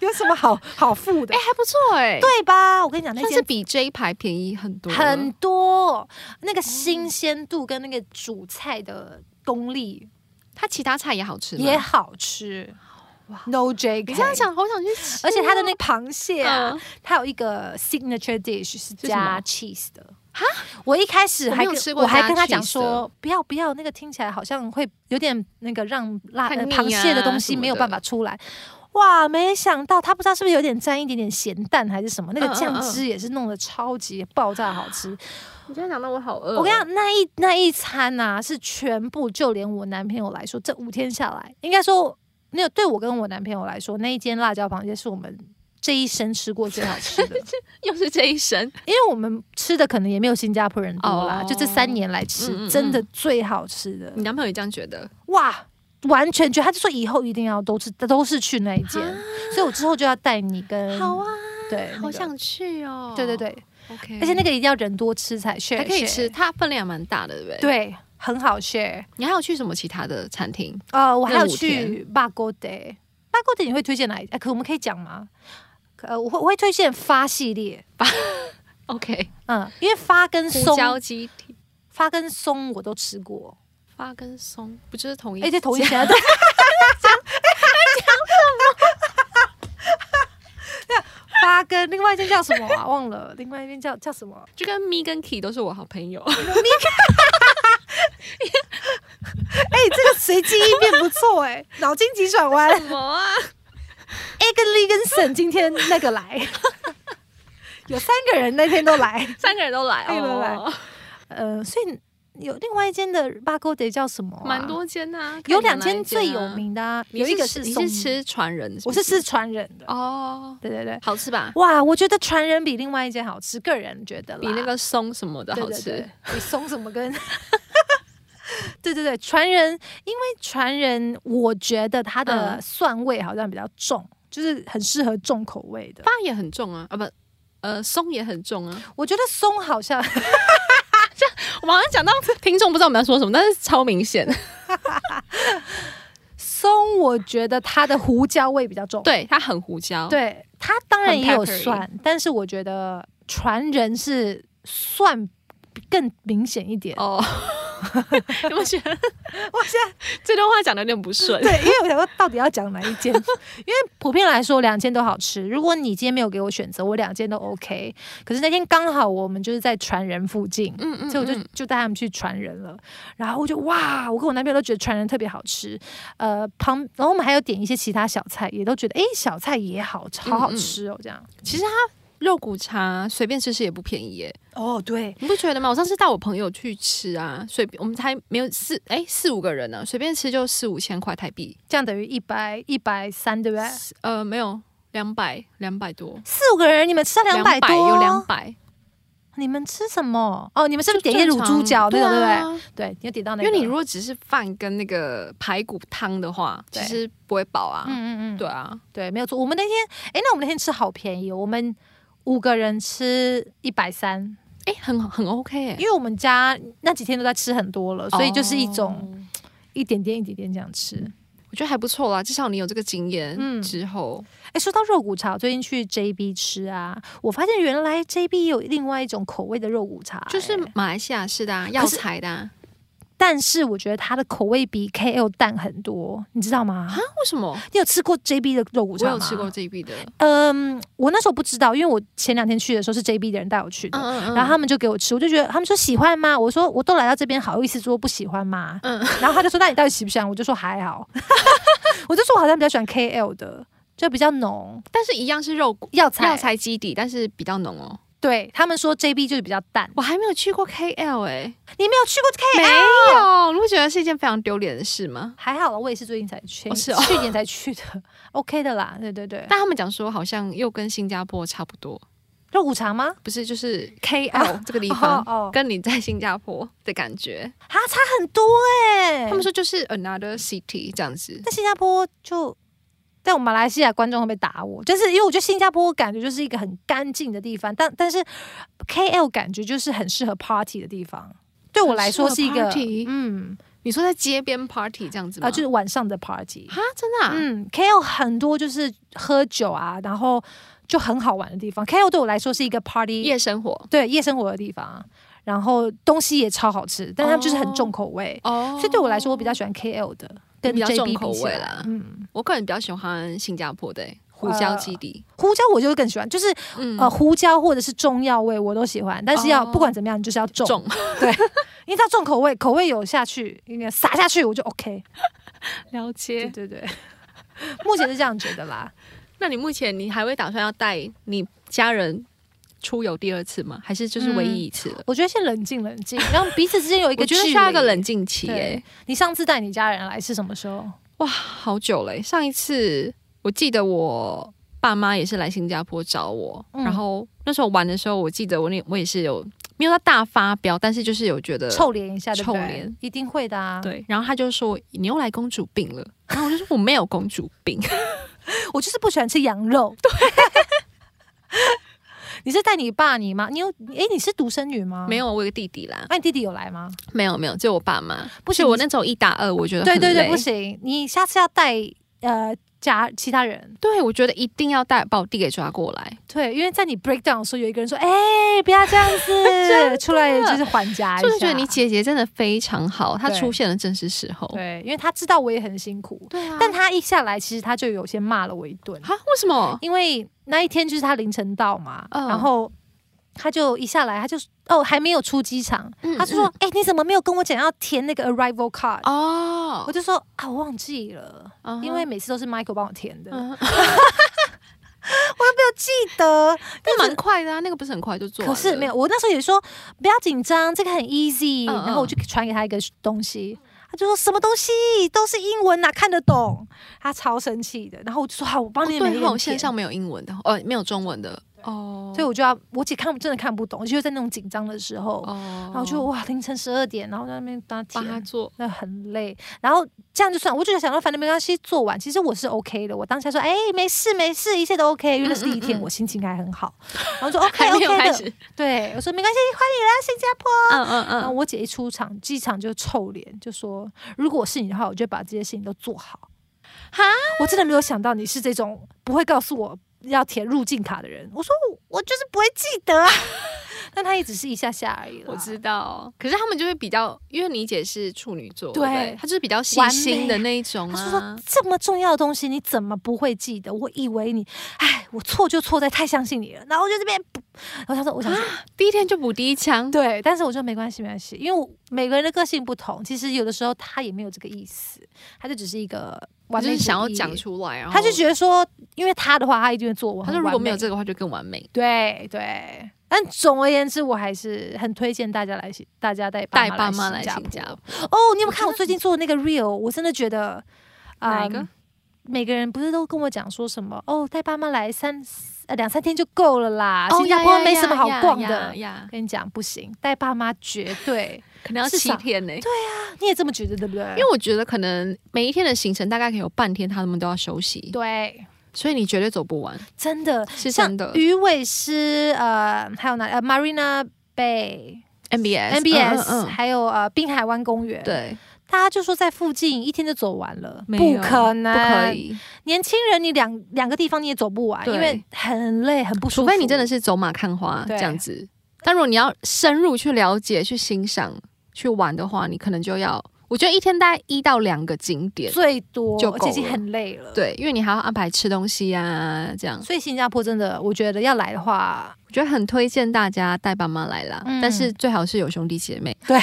Speaker 2: 有什么好好付的
Speaker 1: 哎，？还不错哎，
Speaker 2: 对吧？我跟你讲，那
Speaker 1: 但
Speaker 2: 间
Speaker 1: 是比 J 牌便宜很多，哦
Speaker 2: 很多，那个新鲜度跟那个煮菜的功力
Speaker 1: 它其他菜也好吃吗，
Speaker 2: 也好吃。No J，
Speaker 1: 你这样，讲，好想去吃哦，
Speaker 2: 而且它的那个螃蟹啊
Speaker 1: 嗯，
Speaker 2: 它有一个 signature dish 是
Speaker 1: 是什么
Speaker 2: 加 cheese 的。我一开始
Speaker 1: 我
Speaker 2: 还
Speaker 1: 没有
Speaker 2: 跟
Speaker 1: 吃过
Speaker 2: 我还
Speaker 1: 加
Speaker 2: 跟他讲
Speaker 1: cheese
Speaker 2: 说，不要不要，那个听起来好像会有点那个让辣、
Speaker 1: 太
Speaker 2: 呃
Speaker 1: 腻
Speaker 2: 螃蟹的
Speaker 1: 啊
Speaker 2: 东
Speaker 1: 什
Speaker 2: 西
Speaker 1: 么
Speaker 2: 没有
Speaker 1: 的
Speaker 2: 办法出来。哇，没想到他不知道是不是有点沾一点点咸蛋还是什么，那
Speaker 1: 嗯嗯
Speaker 2: 个酱
Speaker 1: 嗯
Speaker 2: 汁也是弄得超级爆炸好吃。
Speaker 1: 你这样讲到我好饿哦，
Speaker 2: 我跟你讲，那一那一餐呐、是全部，就连我男朋友来说，这五天下来，应该说，那对我跟我男朋友来说，那一间辣椒螃蟹是我们这一生吃过最好吃的，
Speaker 1: 又是这一身，
Speaker 2: 因为我们吃的可能也没有新加坡人多啦，
Speaker 1: 哦
Speaker 2: 就这三年来
Speaker 1: 嗯
Speaker 2: 吃，
Speaker 1: 嗯嗯嗯
Speaker 2: 真的最好吃的，
Speaker 1: 你男朋友也这样觉得？
Speaker 2: 哇！完全觉得，他就说以后一定要都是都是去那一间，所以我之后就要带你
Speaker 1: 啊
Speaker 2: 跟
Speaker 1: 好啊，
Speaker 2: 对，嗯那
Speaker 1: 好
Speaker 2: 个
Speaker 1: 想去哦。
Speaker 2: 对对对，
Speaker 1: ，OK。
Speaker 2: 而且那个一定要人多吃才 share，
Speaker 1: 还可以吃，
Speaker 2: share，
Speaker 1: 它分量蛮大的，对不对？。
Speaker 2: 对，很好 share。
Speaker 1: 你还有去什么其他的餐厅？
Speaker 2: 呃，我还
Speaker 1: 那
Speaker 2: 有
Speaker 1: 五天
Speaker 2: 去八沟的，八沟的你会推荐哪一？呃可我们可以讲吗？呃，我会我会推荐发系列，
Speaker 1: OK，
Speaker 2: 嗯，因为发跟
Speaker 1: 胡
Speaker 2: 松，
Speaker 1: 椒鸡蹄、
Speaker 2: 发跟松我都吃过，
Speaker 1: 发跟松，不就是同一？
Speaker 2: 哎，这同一 家的。讲发跟另外一间叫什么啊？忘了，另外一间叫叫什么？
Speaker 1: 就跟 Me 跟 Key 都是我好朋友。
Speaker 2: 哎、这个随机应变不错哎、 脑筋急转弯。
Speaker 1: 什么啊？
Speaker 2: A 跟 Lee 跟沈今天那个来， 有三个人那天都来。
Speaker 1: 三个人都来
Speaker 2: 三个人都来
Speaker 1: 哦，
Speaker 2: 呃，所以有另外一间的八勾得叫什么、啊？
Speaker 1: 蛮，多间啊，
Speaker 2: 有
Speaker 1: 看你
Speaker 2: 两
Speaker 1: 哪
Speaker 2: 间
Speaker 1: 一
Speaker 2: 最
Speaker 1: 啊
Speaker 2: 有，名的、啊，
Speaker 1: 你
Speaker 2: 有一个
Speaker 1: 是
Speaker 2: 是
Speaker 1: 你
Speaker 2: 松
Speaker 1: 是吃传人，
Speaker 2: 我是吃传人的。
Speaker 1: 哦，
Speaker 2: 对对对，
Speaker 1: 好吃吧？
Speaker 2: 哇，我觉得传人比另外一间好吃，个人觉得啦
Speaker 1: 比那个松什么的
Speaker 2: 对
Speaker 1: 好
Speaker 2: 对
Speaker 1: 吃
Speaker 2: 对，比松什么跟。 对对对，传人，因为传人，我觉得它的
Speaker 1: 嗯
Speaker 2: 蒜味好像比较重，就是很适合重口味的。
Speaker 1: 八也很重啊啊不。呃，松也很重啊！
Speaker 2: 我觉得松好像
Speaker 1: 我们好像讲到听众不知道我们要说什么，但是超明显。
Speaker 2: 松，我觉得它的胡椒味比较重。
Speaker 1: 对，它很胡椒。，
Speaker 2: 对，它当然
Speaker 1: 很
Speaker 2: 也有
Speaker 1: peppery
Speaker 2: 蒜，但是我觉得传人是蒜更明显一点。
Speaker 1: 哦，有没有觉得
Speaker 2: 我现在
Speaker 1: 这段话讲的有点不顺？
Speaker 2: 对，因为我想说到底要讲哪一间，因 为普遍来说两间都好吃。如果你今天没有给我选择，我两间都 OK。可是那天刚好我们就是在传人附近。
Speaker 1: 嗯嗯，
Speaker 2: 所以我就
Speaker 1: 嗯
Speaker 2: 就带他们去传人了，然后我就哇，我跟我男朋友都觉得传人特别好吃，呃，旁然后我们还有点一些其他小菜，也都觉得诶，哎小菜也好，好好
Speaker 1: 嗯嗯
Speaker 2: 吃哦，这样。
Speaker 1: 其实它肉骨茶随便吃吃也不便宜耶，
Speaker 2: 哦，对，
Speaker 1: 你不觉得吗？我上次带我朋友去吃啊，随便我们才没有四哎四五个人呢、随便吃就四五千块台币，
Speaker 2: 这样等于一百一百三，对不对？
Speaker 1: 呃没有两百两百多，
Speaker 2: 四五个人，你们吃到两百
Speaker 1: 百
Speaker 2: 多，
Speaker 1: 有两百，
Speaker 2: 你们吃什么？哦，你们是不是点一
Speaker 1: 点
Speaker 2: 些乳猪脚那个，对不对？
Speaker 1: 对？啊
Speaker 2: 对，你要点到那
Speaker 1: 因
Speaker 2: 个，
Speaker 1: 为你如果只是饭跟那个排骨汤的话，其
Speaker 2: 对
Speaker 1: 实不会饱啊。
Speaker 2: 嗯嗯嗯，
Speaker 1: 对啊，
Speaker 2: 对，没有错。我们那天，哎，那我们那天吃好便宜哦，我们五个人吃一百三，
Speaker 1: 哎、很很 OK 哎、
Speaker 2: 因为我们家那几天都在吃很多了，所以就是一种、
Speaker 1: 哦
Speaker 2: 一点点一点点这样吃。
Speaker 1: 我觉得还不错啦，至少你有这个经验
Speaker 2: 嗯
Speaker 1: 之后，
Speaker 2: 哎，说到肉骨茶，我最近去 JB 吃啊，我发现原来 JB 有另外一种口味的肉骨茶，
Speaker 1: 就是
Speaker 2: 诶
Speaker 1: 马来西亚式的、啊、药
Speaker 2: 可是
Speaker 1: 材的、啊，
Speaker 2: 但是我觉得它的口味比 KL 淡很多，你知道吗？
Speaker 1: 为什么？
Speaker 2: 你有吃过 JB 的肉骨
Speaker 1: 我
Speaker 2: 茶吗？
Speaker 1: 有吃过。这一笔的，
Speaker 2: 嗯，我那时候不知道，因为我前两天去的时候是 JB 的人带我去的。
Speaker 1: 嗯嗯嗯
Speaker 2: 然后他们就给我吃，我就觉得他们说喜欢吗？我说我都来到这边，好意思说不喜欢吗？
Speaker 1: 嗯
Speaker 2: 然后他就说那你到底喜不喜欢？我就说还好， 我就说我好像比较喜欢 KL 的，就比较浓
Speaker 1: 但是一样是肉骨
Speaker 2: 药材。
Speaker 1: 药材基底，但是比较浓哦。
Speaker 2: 对他们说 JB 就是比较淡，
Speaker 1: 我还没有去过 KL 哎、
Speaker 2: 你没有去过 KL？
Speaker 1: 没有，你不觉得是一件非常丢脸的事吗？
Speaker 2: 还好了，我也是最近才去，
Speaker 1: 哦是哦
Speaker 2: 去年才去的 ，OK 的啦，对对对。
Speaker 1: 但他们讲说好像又跟新加坡差不多，
Speaker 2: 肉骨茶吗？
Speaker 1: 不是就是 KL 这个地
Speaker 2: 哦
Speaker 1: 方，
Speaker 2: 哦，
Speaker 1: 跟你在新加坡的感觉。
Speaker 2: 啊，差很多哎、
Speaker 1: 他们说就是 another city 这样子。
Speaker 2: 在新加坡就，但我马来西亚观众会被打我，就是因为我觉得新加坡感觉就是一个很干净的地方，但但是 KL 感觉就是很适合 party 的地方，对我来说是一个
Speaker 1: 很适合 party
Speaker 2: 嗯
Speaker 1: 你说在街边 party 这样子
Speaker 2: 啊、
Speaker 1: 吗？
Speaker 2: 就是晚上的 party，
Speaker 1: 啊，真的、啊，
Speaker 2: 嗯，KL 很多就是喝酒啊，然后就很好玩的地方，KL 对我来说是一个 party
Speaker 1: 夜生活
Speaker 2: 对夜生活的地方，然后东西也超好吃，但他们就是很重口味，
Speaker 1: 哦
Speaker 2: 所以对我来说我比较喜欢 KL 的，跟
Speaker 1: 比较
Speaker 2: JB
Speaker 1: 重
Speaker 2: 比
Speaker 1: 口
Speaker 2: 起
Speaker 1: 味
Speaker 2: 来
Speaker 1: 啦
Speaker 2: 嗯。
Speaker 1: 我个人比较喜欢新加坡的、欸胡椒基地。
Speaker 2: 胡椒我就更喜欢，就是、
Speaker 1: 嗯，
Speaker 2: 呃胡椒或者是中药味我都喜欢，但是要、
Speaker 1: 哦
Speaker 2: 不管怎么样，你就是要重，
Speaker 1: 重
Speaker 2: 你只要重口味，口味有下去，你撒下去我就 OK。
Speaker 1: 了
Speaker 2: 对
Speaker 1: 解。
Speaker 2: 对对， 目前是这样觉得啦。
Speaker 1: 那你目前你还会打算要带你家人出游第二次吗？还是就是唯一一次了？
Speaker 2: 我觉得先冷静冷 静，让彼此之间有一个
Speaker 1: 我
Speaker 2: 距
Speaker 1: 觉
Speaker 2: 离。
Speaker 1: 得需要一个冷静期耶、
Speaker 2: 对你上次带你家人来是什么时候？
Speaker 1: 哇，好久嘞、上一次我记得我爸妈也是来新加坡找我，
Speaker 2: 嗯
Speaker 1: 然后那时候玩的时候，我记得我那我也是有没有到大发飙，但是就是有觉得
Speaker 2: 呃臭脸一下，对不对？
Speaker 1: 臭脸
Speaker 2: 一定会的啊。，
Speaker 1: 对，然后他就说你又来公主病了，然后我就说我没有公主病，
Speaker 2: 嗯我就是不喜欢吃羊肉。对。 你是带你爸你妈？你有诶，你是独生女吗？啊
Speaker 1: 没。有我有个弟弟啦，
Speaker 2: 那、你弟弟有来吗？
Speaker 1: 没有没有，就我爸妈，
Speaker 2: 不
Speaker 1: 不
Speaker 2: 行
Speaker 1: 是我那种一打二，我觉得
Speaker 2: 对
Speaker 1: 很
Speaker 2: 对对，
Speaker 1: 累
Speaker 2: 不，行，你下次要带呃家其他人。
Speaker 1: 对我觉得一定要带把我弟给抓过来，
Speaker 2: 对，因为在你 breakdown 的时候，有一个人说：“哎、不要这样 子，出来就是缓夹一下。”
Speaker 1: 就是觉得你姐姐真的非常好，她
Speaker 2: 对
Speaker 1: 出现的正是时候，
Speaker 2: 对，因为他知道我也很辛苦，
Speaker 1: 对啊，
Speaker 2: 但他一下来，其实他就有先骂了我一顿，
Speaker 1: 啊为什么？
Speaker 2: 因为那一天就是他凌晨到嘛，
Speaker 1: 嗯
Speaker 2: 然后他就一下来，他就哦还没有出机场，
Speaker 1: 嗯
Speaker 2: 他就说：“哎、你怎么没有跟我讲要填那个 arrival card？”
Speaker 1: 哦
Speaker 2: 我，就说：“啊，我忘记了，
Speaker 1: 嗯哼
Speaker 2: 因为每次都是 Michael 帮我填的，我都没
Speaker 1: 嗯
Speaker 2: 有记得。
Speaker 1: 但蛮快的啊，那个不是很快就做完
Speaker 2: 可
Speaker 1: 了，哦
Speaker 2: 是没有，我那时候也说不要紧张，这个很 easy。
Speaker 1: 嗯嗯
Speaker 2: 然后我就传给他一个东西，他就说什么东西都是英文，哪啊看得懂？他超生气的。然后我就说好，我
Speaker 1: 哦
Speaker 2: 帮你们
Speaker 1: 对，
Speaker 2: 填。
Speaker 1: 我线上没有英文的，哦，没有中文的，哦，
Speaker 2: 所以我就要，我姐看我真的看不懂，就是在那种紧张的时候，
Speaker 1: 哦，
Speaker 2: 然后就哇凌晨十二点，然后在那边帮他
Speaker 1: 帮他
Speaker 2: 填。
Speaker 1: 做，
Speaker 2: 那很累，然后这样就算，我就想说反正没关系，做完其实我是 OK 的。我当下说，哎、没事没事，一切都 OK，因为那是第一
Speaker 1: 嗯
Speaker 2: 天，
Speaker 1: 嗯嗯
Speaker 2: 我心情还很好。然后说 OK
Speaker 1: 还没有开
Speaker 2: OK 的，啊
Speaker 1: 始，
Speaker 2: 对我说没关系，欢迎来到新加坡。
Speaker 1: 嗯嗯
Speaker 2: 然后
Speaker 1: 嗯，
Speaker 2: 我姐一出场，机场就臭脸，就说：“如果我是你的话，我就把这些事情都做好。”
Speaker 1: 哈，
Speaker 2: 我真的没有想到你是这种不会告诉我要填入境卡的人。我说我我就是不会记得、啊， 但她也只是一下下而已啦
Speaker 1: 我知道，可是他们就会比较，因为你姐是处女座，
Speaker 2: 对
Speaker 1: 对不对，她就是比较细
Speaker 2: 完美
Speaker 1: 心的那一种
Speaker 2: 她就说
Speaker 1: 啊，：“
Speaker 2: 这么重要的东西你怎么不会记得？我以为你，哎，我错就错在太相信你了。”然后我就这边不，然后她说：“我想说
Speaker 1: 第一天就补第一枪，
Speaker 2: 对，但是我说没关系，没关系，因为我每个人的个性不同，其实有的时候他也没有这个意思，他就只是一个
Speaker 1: 我
Speaker 2: 完
Speaker 1: 就
Speaker 2: 美
Speaker 1: 是想要
Speaker 2: 主义
Speaker 1: 讲，出来，然后
Speaker 2: 他就觉得说，因为他的话，他一定会做我
Speaker 1: 他
Speaker 2: 很完美。
Speaker 1: 说如果没有这个话就更完美，
Speaker 2: 对对，但总而言之，我还是很推荐大家来新，大家带
Speaker 1: 带
Speaker 2: 爸
Speaker 1: 爸
Speaker 2: 妈
Speaker 1: 妈来
Speaker 2: 新
Speaker 1: 新
Speaker 2: 加
Speaker 1: 加坡。
Speaker 2: 坡哦，你有没有看我最近做的那个 real？我真的觉得，啊、
Speaker 1: 哪一个？
Speaker 2: 每个人不是都跟我讲说什么哦，带爸妈来三呃两三天就够了啦，
Speaker 1: 哦
Speaker 2: 新加
Speaker 1: 呀
Speaker 2: 坡
Speaker 1: 呀
Speaker 2: 没
Speaker 1: 呀
Speaker 2: 什么好
Speaker 1: 呀
Speaker 2: 逛的。
Speaker 1: 呀呀
Speaker 2: 跟你讲不行，带爸妈绝 对，
Speaker 1: 可能要
Speaker 2: 至
Speaker 1: 七
Speaker 2: 少
Speaker 1: 天呢、
Speaker 2: 你也这么觉得对不对？
Speaker 1: 因为我觉得可能每一天的行程大概可以有半天他们都要休息，
Speaker 2: 对，
Speaker 1: 所以你绝对走不完，
Speaker 2: 真的
Speaker 1: 是
Speaker 2: 像
Speaker 1: 真的。
Speaker 2: 鱼尾狮，呃，还有哪呃 Marina Bay、
Speaker 1: MBS
Speaker 2: MBS，、
Speaker 1: 嗯嗯嗯
Speaker 2: 还有呃滨海湾公园，，
Speaker 1: 对，
Speaker 2: 大家就说在附近一天就走完了，
Speaker 1: 没
Speaker 2: 不
Speaker 1: 有
Speaker 2: 可能，
Speaker 1: 不可。以，
Speaker 2: 年轻人你两两个地方你也走不完，
Speaker 1: 对
Speaker 2: 因为很累，很不舒服。
Speaker 1: 除非你真的是走马看花
Speaker 2: 对
Speaker 1: 这样子。但如果你要深入去了解、去欣赏、去玩的话，你可能就要，我觉得一天大概一到两个景点，
Speaker 2: 最多，
Speaker 1: 就
Speaker 2: 而且已
Speaker 1: 够
Speaker 2: 经
Speaker 1: 了
Speaker 2: 很累了。。
Speaker 1: 对，因为你还要安排吃东西啊，这样。
Speaker 2: 所以新加坡真的，我觉得要来的话，
Speaker 1: 我觉得很推荐大家带爸妈来啦，
Speaker 2: 嗯
Speaker 1: 但是最好是有兄弟姐妹。
Speaker 2: 对，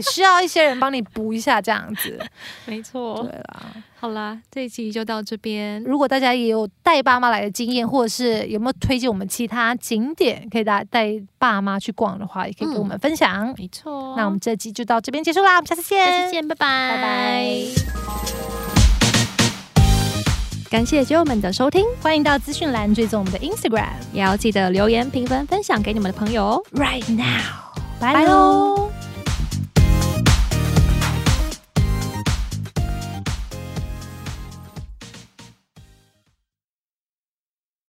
Speaker 2: 需要一些人帮你补一下这样子。
Speaker 1: 没错
Speaker 2: 对，啦，
Speaker 1: 好啦，这一集就到这边。
Speaker 2: 如果大家也有带爸妈来的经验，或者是有没有推荐我们其他景点可以大带爸妈去逛的话，也可以跟我们分享。
Speaker 1: 没错
Speaker 2: 那我们这集就到这边结束啦，我们下次见，
Speaker 1: 下次，见，拜拜，
Speaker 2: 拜拜。
Speaker 1: 感谢酒友们的收听，
Speaker 2: 欢迎到资讯栏追踪我们的 Instagram
Speaker 1: 也要记得留言、评分、分享给你们的朋友哦。
Speaker 2: right now，拜
Speaker 1: 拜
Speaker 2: 喽
Speaker 1: 喽。